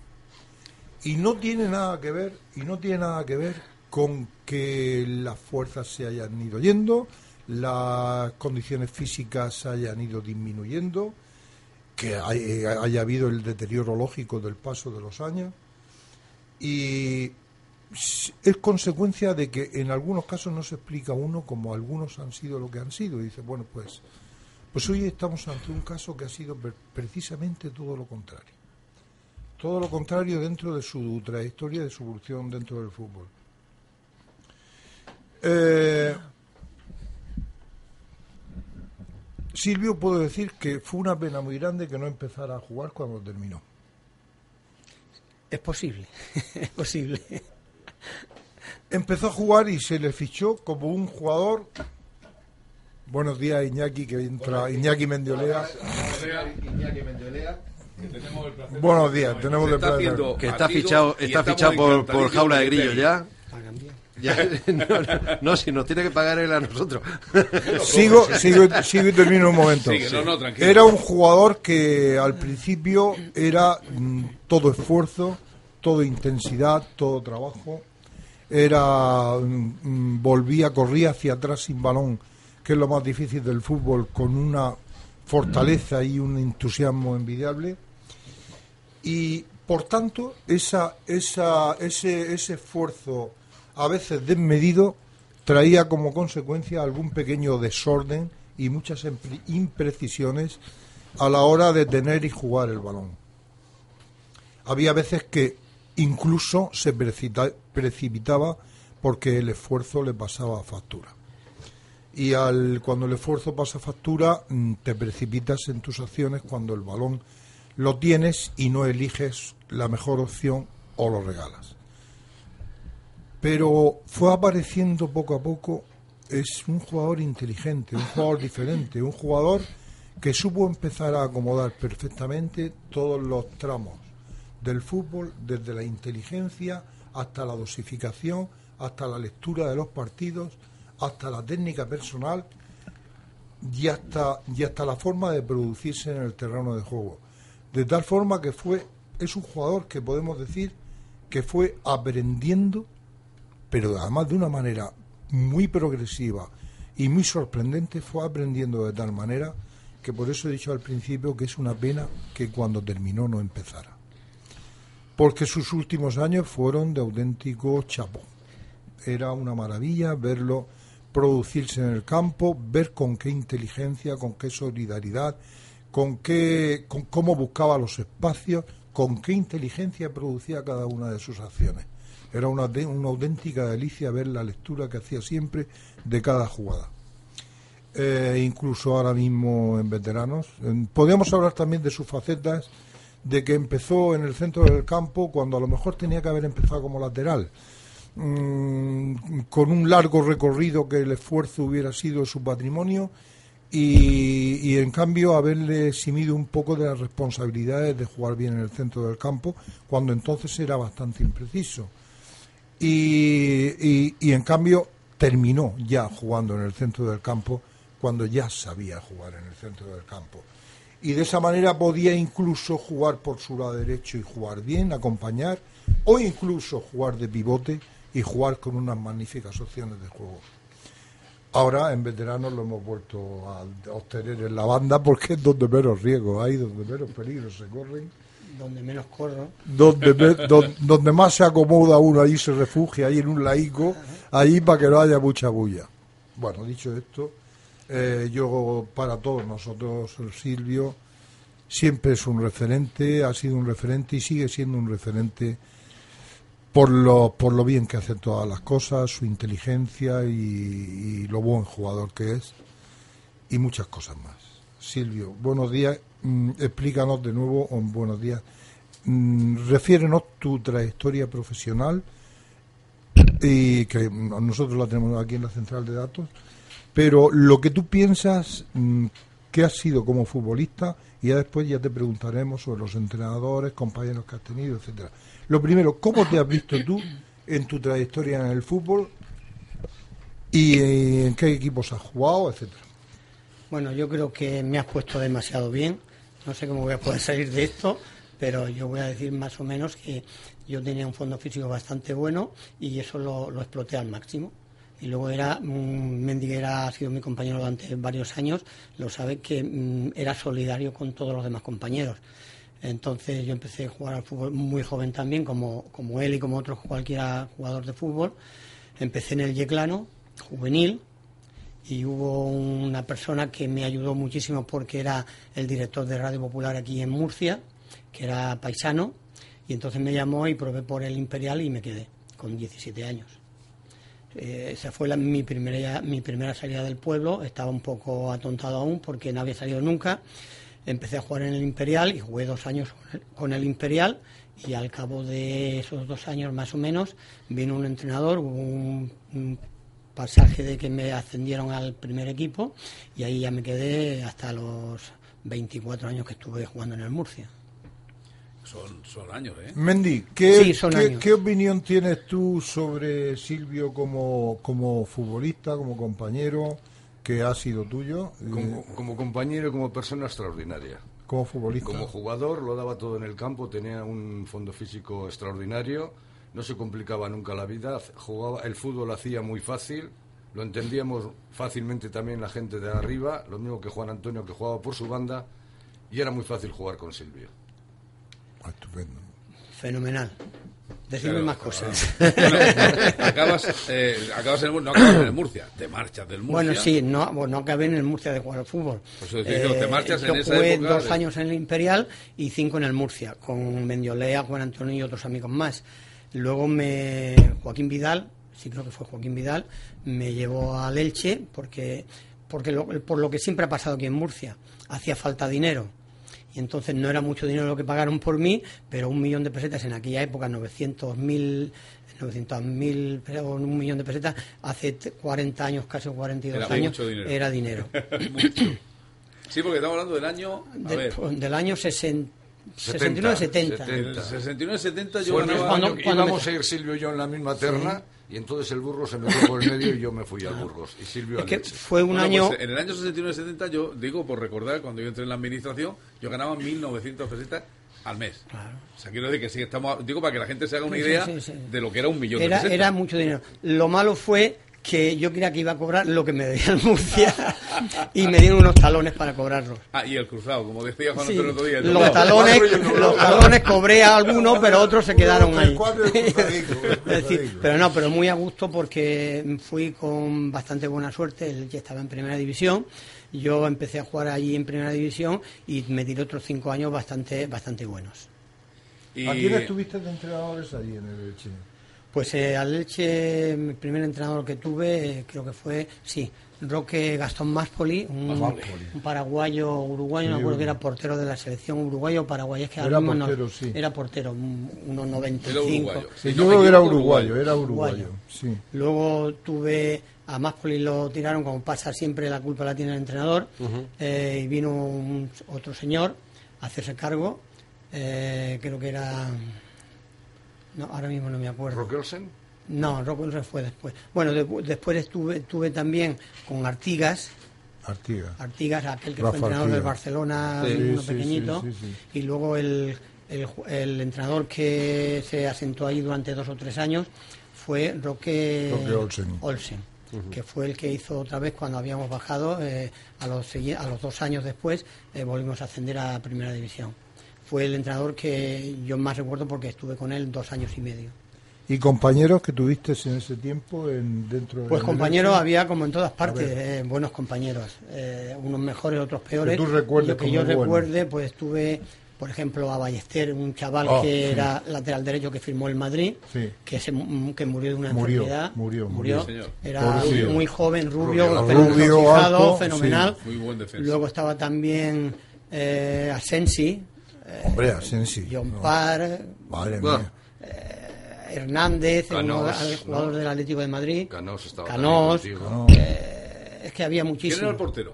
Y no tiene nada que ver, y no tiene nada que ver con que las fuerzas se hayan ido yendo, las condiciones físicas se hayan ido disminuyendo, que hay- eh, haya habido el deterioro lógico del paso de los años. Y s- es consecuencia de que en algunos casos no se explica uno como algunos han sido lo que han sido. Y dice, bueno, pues, pues hoy estamos ante un caso que ha sido pre- precisamente todo lo contrario. Todo lo contrario dentro de su trayectoria, de su evolución dentro del fútbol. Eh, Silvio, puedo decir que fue una pena muy grande que no empezara a jugar cuando terminó. Es posible, es posible. Empezó a jugar y se le fichó como un jugador. Buenos días, Iñaki, que entra. Iñaki Mendiolea. Buenos días, tenemos Se el está placer. haciendo Que está batido fichado, y está estamos fichado por, por encantadillos jaula de con grillos Peli. ya. Ya, no, no, no, si nos tiene que pagar él a nosotros. Sigo, sigo, sigo y termino un momento. Sigue, no, no, tranquilo. era un jugador que al principio era mm, todo esfuerzo, toda intensidad, todo trabajo. Era mm, mm, volvía, corría hacia atrás sin balón, que es lo más difícil del fútbol, con una fortaleza y un entusiasmo envidiable. Y por tanto, esa, esa, ese, ese esfuerzo a veces desmedido traía como consecuencia algún pequeño desorden y muchas empri- imprecisiones a la hora de tener y jugar el balón. Había veces que incluso se precita- precipitaba porque el esfuerzo le pasaba factura. Y al, cuando el esfuerzo pasa factura, mm, te precipitas en tus acciones cuando el balón lo tienes y no eliges la mejor opción o lo regalas. Pero fue apareciendo poco a poco, es un jugador inteligente, un jugador diferente, un jugador que supo empezar a acomodar perfectamente todos los tramos del fútbol, desde la inteligencia hasta la dosificación, hasta la lectura de los partidos, hasta la técnica personal y hasta, y hasta la forma de producirse en el terreno de juego. De tal forma que fue, es un jugador que podemos decir que fue aprendiendo, pero además de una manera muy progresiva y muy sorprendente, fue aprendiendo de tal manera que por eso he dicho al principio que es una pena que cuando terminó no empezara. Porque sus últimos años fueron de auténtico chapón. Era una maravilla verlo producirse en el campo, ver con qué inteligencia, con qué solidaridad, con qué con cómo buscaba los espacios, con qué inteligencia producía cada una de sus acciones. Era una, de- una auténtica delicia ver la lectura que hacía siempre de cada jugada. Eh, incluso ahora mismo en veteranos. En- Podríamos hablar también de sus facetas, de que empezó en el centro del campo cuando a lo mejor tenía que haber empezado como lateral mm, con un largo recorrido que el esfuerzo hubiera sido su patrimonio y, y, en cambio haberle eximido un poco de las responsabilidades de jugar bien en el centro del campo cuando entonces era bastante impreciso y, y- y en cambio terminó ya jugando en el centro del campo cuando ya sabía jugar en el centro del campo y de esa manera podía incluso jugar por su lado derecho y jugar bien, acompañar, o incluso jugar de pivote y jugar con unas magníficas opciones de juego. Ahora en veteranos lo hemos vuelto a obtener en la banda porque es donde menos riesgo hay, donde menos peligros se corren, Donde menos corro. donde, me- don- donde más se acomoda uno, ahí se refugia, ahí en un laico, ahí para que no haya mucha bulla. Bueno, dicho esto, eh, yo para todos nosotros, el Silvio siempre es un referente, ha sido un referente y sigue siendo un referente por lo, por lo bien que hace todas las cosas, su inteligencia y, y lo buen jugador que es y muchas cosas más. Silvio, buenos días, Mm, explícanos de nuevo, o buenos días, Mm, refiérenos tu trayectoria profesional y que mm, nosotros la tenemos aquí en la central de datos, pero lo que tú piensas mm, que has sido como futbolista y ya después ya te preguntaremos sobre los entrenadores, compañeros que has tenido, etcétera. Lo primero, ¿cómo te has visto tú en tu trayectoria en el fútbol y eh, en qué equipos has jugado, etcétera? Bueno, yo creo que me has puesto demasiado bien. No sé cómo voy a poder salir de esto, pero yo voy a decir más o menos que yo tenía un fondo físico bastante bueno y eso lo, lo exploté al máximo. Y luego era, mm, Mendiguera ha sido mi compañero durante varios años, lo sabe que mm, era solidario con todos los demás compañeros. Entonces yo empecé a jugar al fútbol muy joven también, como, como él y como otros cualquiera jugador de fútbol. Empecé en el Yeclano, juvenil, y hubo una persona que me ayudó muchísimo porque era el director de Radio Popular aquí en Murcia, que era paisano, y entonces me llamó y probé por el Imperial y me quedé con 17 años. Eh, esa fue la- mi, primera, mi primera salida del pueblo, estaba un poco atontado aún porque no había salido nunca. Empecé a jugar en el Imperial y jugué dos años con el- con el Imperial y al cabo de esos dos años más o menos vino un entrenador, hubo un- un pasaje de que me ascendieron al primer equipo y ahí ya me quedé hasta los 24 años que estuve jugando en el Murcia. Son, son años, ¿eh? Mendy, ¿qué, Sí, son qué- años. qué opinión tienes tú sobre Silvio como, como futbolista, como compañero, que ha sido tuyo? eh, Como, como compañero y como persona extraordinaria. como futbolista. Como jugador lo daba todo en el campo, tenía un fondo físico extraordinario, no se complicaba nunca la vida, jugaba el fútbol lo hacía muy fácil, lo entendíamos fácilmente también la gente de arriba, lo mismo que Juan Antonio que jugaba por su banda y era muy fácil jugar con Silvio. Fenomenal. Decidme Claro, más claro. cosas. Bueno, acabas, eh, acabas en el, Mur- no acabas en el Murcia, te marchas del Murcia. Pues Bueno, sí, no, bueno, no acabé en el Murcia de jugar al fútbol. Eh, Por eso te digo, te marchas yo en esa jugué época dos de- años en el Imperial y cinco en el Murcia, con Mendiolea, Juan Antonio y otros amigos más. Luego me Joaquín Vidal, sí creo que fue Joaquín Vidal, me llevó al Elche porque, porque lo- por lo que siempre ha pasado aquí en Murcia, hacía falta dinero. Y entonces no era mucho dinero lo que pagaron por mí, pero un millón de pesetas en aquella época, 900.000 900.000, pero un millón de pesetas, hace t- 40 años, casi 42 Era años, mucho dinero. era dinero. Mucho. Sí, porque estamos hablando del año. A Del- ver. del año 69-70. En el 69-70 yo Fue el ganaba- mismo año que íbamos a ir Silvio y yo en la misma terna y entonces el Burgos se metió por el medio y yo me fui al Burgos y Silvio al Elche. Bueno, pues, en el año 69-70, yo digo, por recordar, cuando yo entré en la administración, yo ganaba 1.900 pesetas al mes. O sea, quiero decir que sí, estamos. a- Digo, para que la gente se haga una Sí, sí, idea sí, sí. de lo que era un millón Era, de pesetas. era mucho dinero. Lo malo fue que yo creía que iba a cobrar lo que me debía el Murcia y me dieron unos talones para cobrarlos. Ah, y el cruzado, como decía Juan Sí, Antonio el otro día. el los cruzado. talones, Cuatro y el los doblado. talones cobré a algunos, pero otros se quedaron ahí. Es decir, pero no, pero muy a gusto porque fui con bastante buena suerte. Él ya estaba en primera división. Yo empecé a jugar allí en primera división y me tiré otros cinco años bastante, bastante buenos. ¿A quién estuviste de entrenadores allí en el Elche? Pues eh, al Elche, mi primer entrenador que tuve, eh, creo que fue, sí, Roque Gastón Máspoli, un, Máspoli. un paraguayo uruguayo, no Sí, recuerdo uruguayo. que era portero de la selección uruguayo o paraguaya, es que Era ahora mismo no- portero, sí. era portero, un- unos 95. Sí, yo creo que era uruguayo, era uruguayo. Sí. Luego tuve a Máspoli, lo tiraron, como pasa siempre, la culpa la tiene el entrenador. Ujú. Eh, y vino un- otro señor a hacerse cargo, eh, creo que era. No, ahora mismo no me acuerdo. ¿Rockelsen? No, Rockelsen fue después. Bueno, de- después estuve, estuve también con Artigas, Artiga. Artigas, aquel que Rafa fue entrenador Artigas. del Barcelona, Sí, uno sí, pequeñito, sí, sí, y luego el, el ju- el entrenador que se asentó ahí durante dos o tres años fue Roque, Roque Olsen. Ujú. que fue el que hizo otra vez cuando habíamos bajado, eh, a, los, segui- a los dos años después eh, volvimos a ascender a Primera División. Fue el entrenador que yo más recuerdo porque estuve con él dos años y medio. ¿Y compañeros que tuviste en ese tiempo en, dentro del Pues Elche? compañeros había como en todas partes, ver. eh, buenos compañeros, eh, unos mejores, otros peores. Que tú recuerdes Lo que como yo bueno. recuerde, pues tuve, por ejemplo, a Ballester, un chaval Ah, que sí. era lateral derecho que firmó el Madrid, Sí. que, se, mu- que murió de una Murió, enfermedad. murió, murió, señor. Era Pobrecillo. muy joven, rubio, Rubio. con el pelo Rubio, ensortijado, alto, fenomenal. sí. Muy buen defensa. Luego estaba también eh, Asensi, eh, Hombre, Asensi. John no. Parr, Madre Bueno. mía. Hernández, el Canós, jugador ¿no? del Atlético de Madrid. Canós estaba Canós. también contigo. eh, es que había muchísimos. ¿Quién era el portero?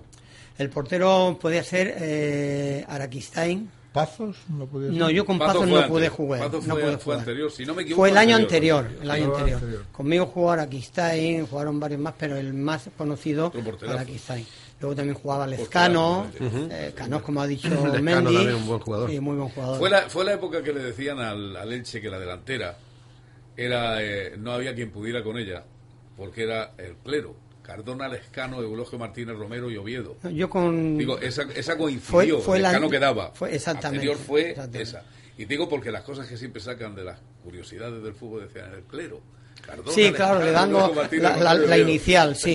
El portero podía ser eh, Araquistain, Pazos no podía No, yo con Pazos, no pude jugar. Pazo no fue- pude fue jugar. anterior, si no me equivoco, Fue el año anterior, anterior, el año anterior. anterior. Anterior. Conmigo jugó Araquistain, jugaron varios más, pero el más conocido Araquistain. Luego también jugaba Lezcano, Porterazo, eh, Cano, como ha dicho Lezcano Mendy. también un buen jugador. Sí, muy buen jugador. Fue la, fue la época que le decían al, al Elche que la delantera era eh, no había quien pudiera con ella, porque era el clero. Cardona, Lescano, Eulogio Martínez Romero y Oviedo. Yo con... Digo, esa, esa Fue- coincidió, fue el la- Lescano quedaba. fue- exactamente, Anterior fue esa. Y digo porque las cosas que siempre sacan de las curiosidades del fútbol decían el clero. Cardona, sí, claro, Lescano, le dan Eulogio lo- Martínez la, la- Romero y la Oviedo. inicial, sí.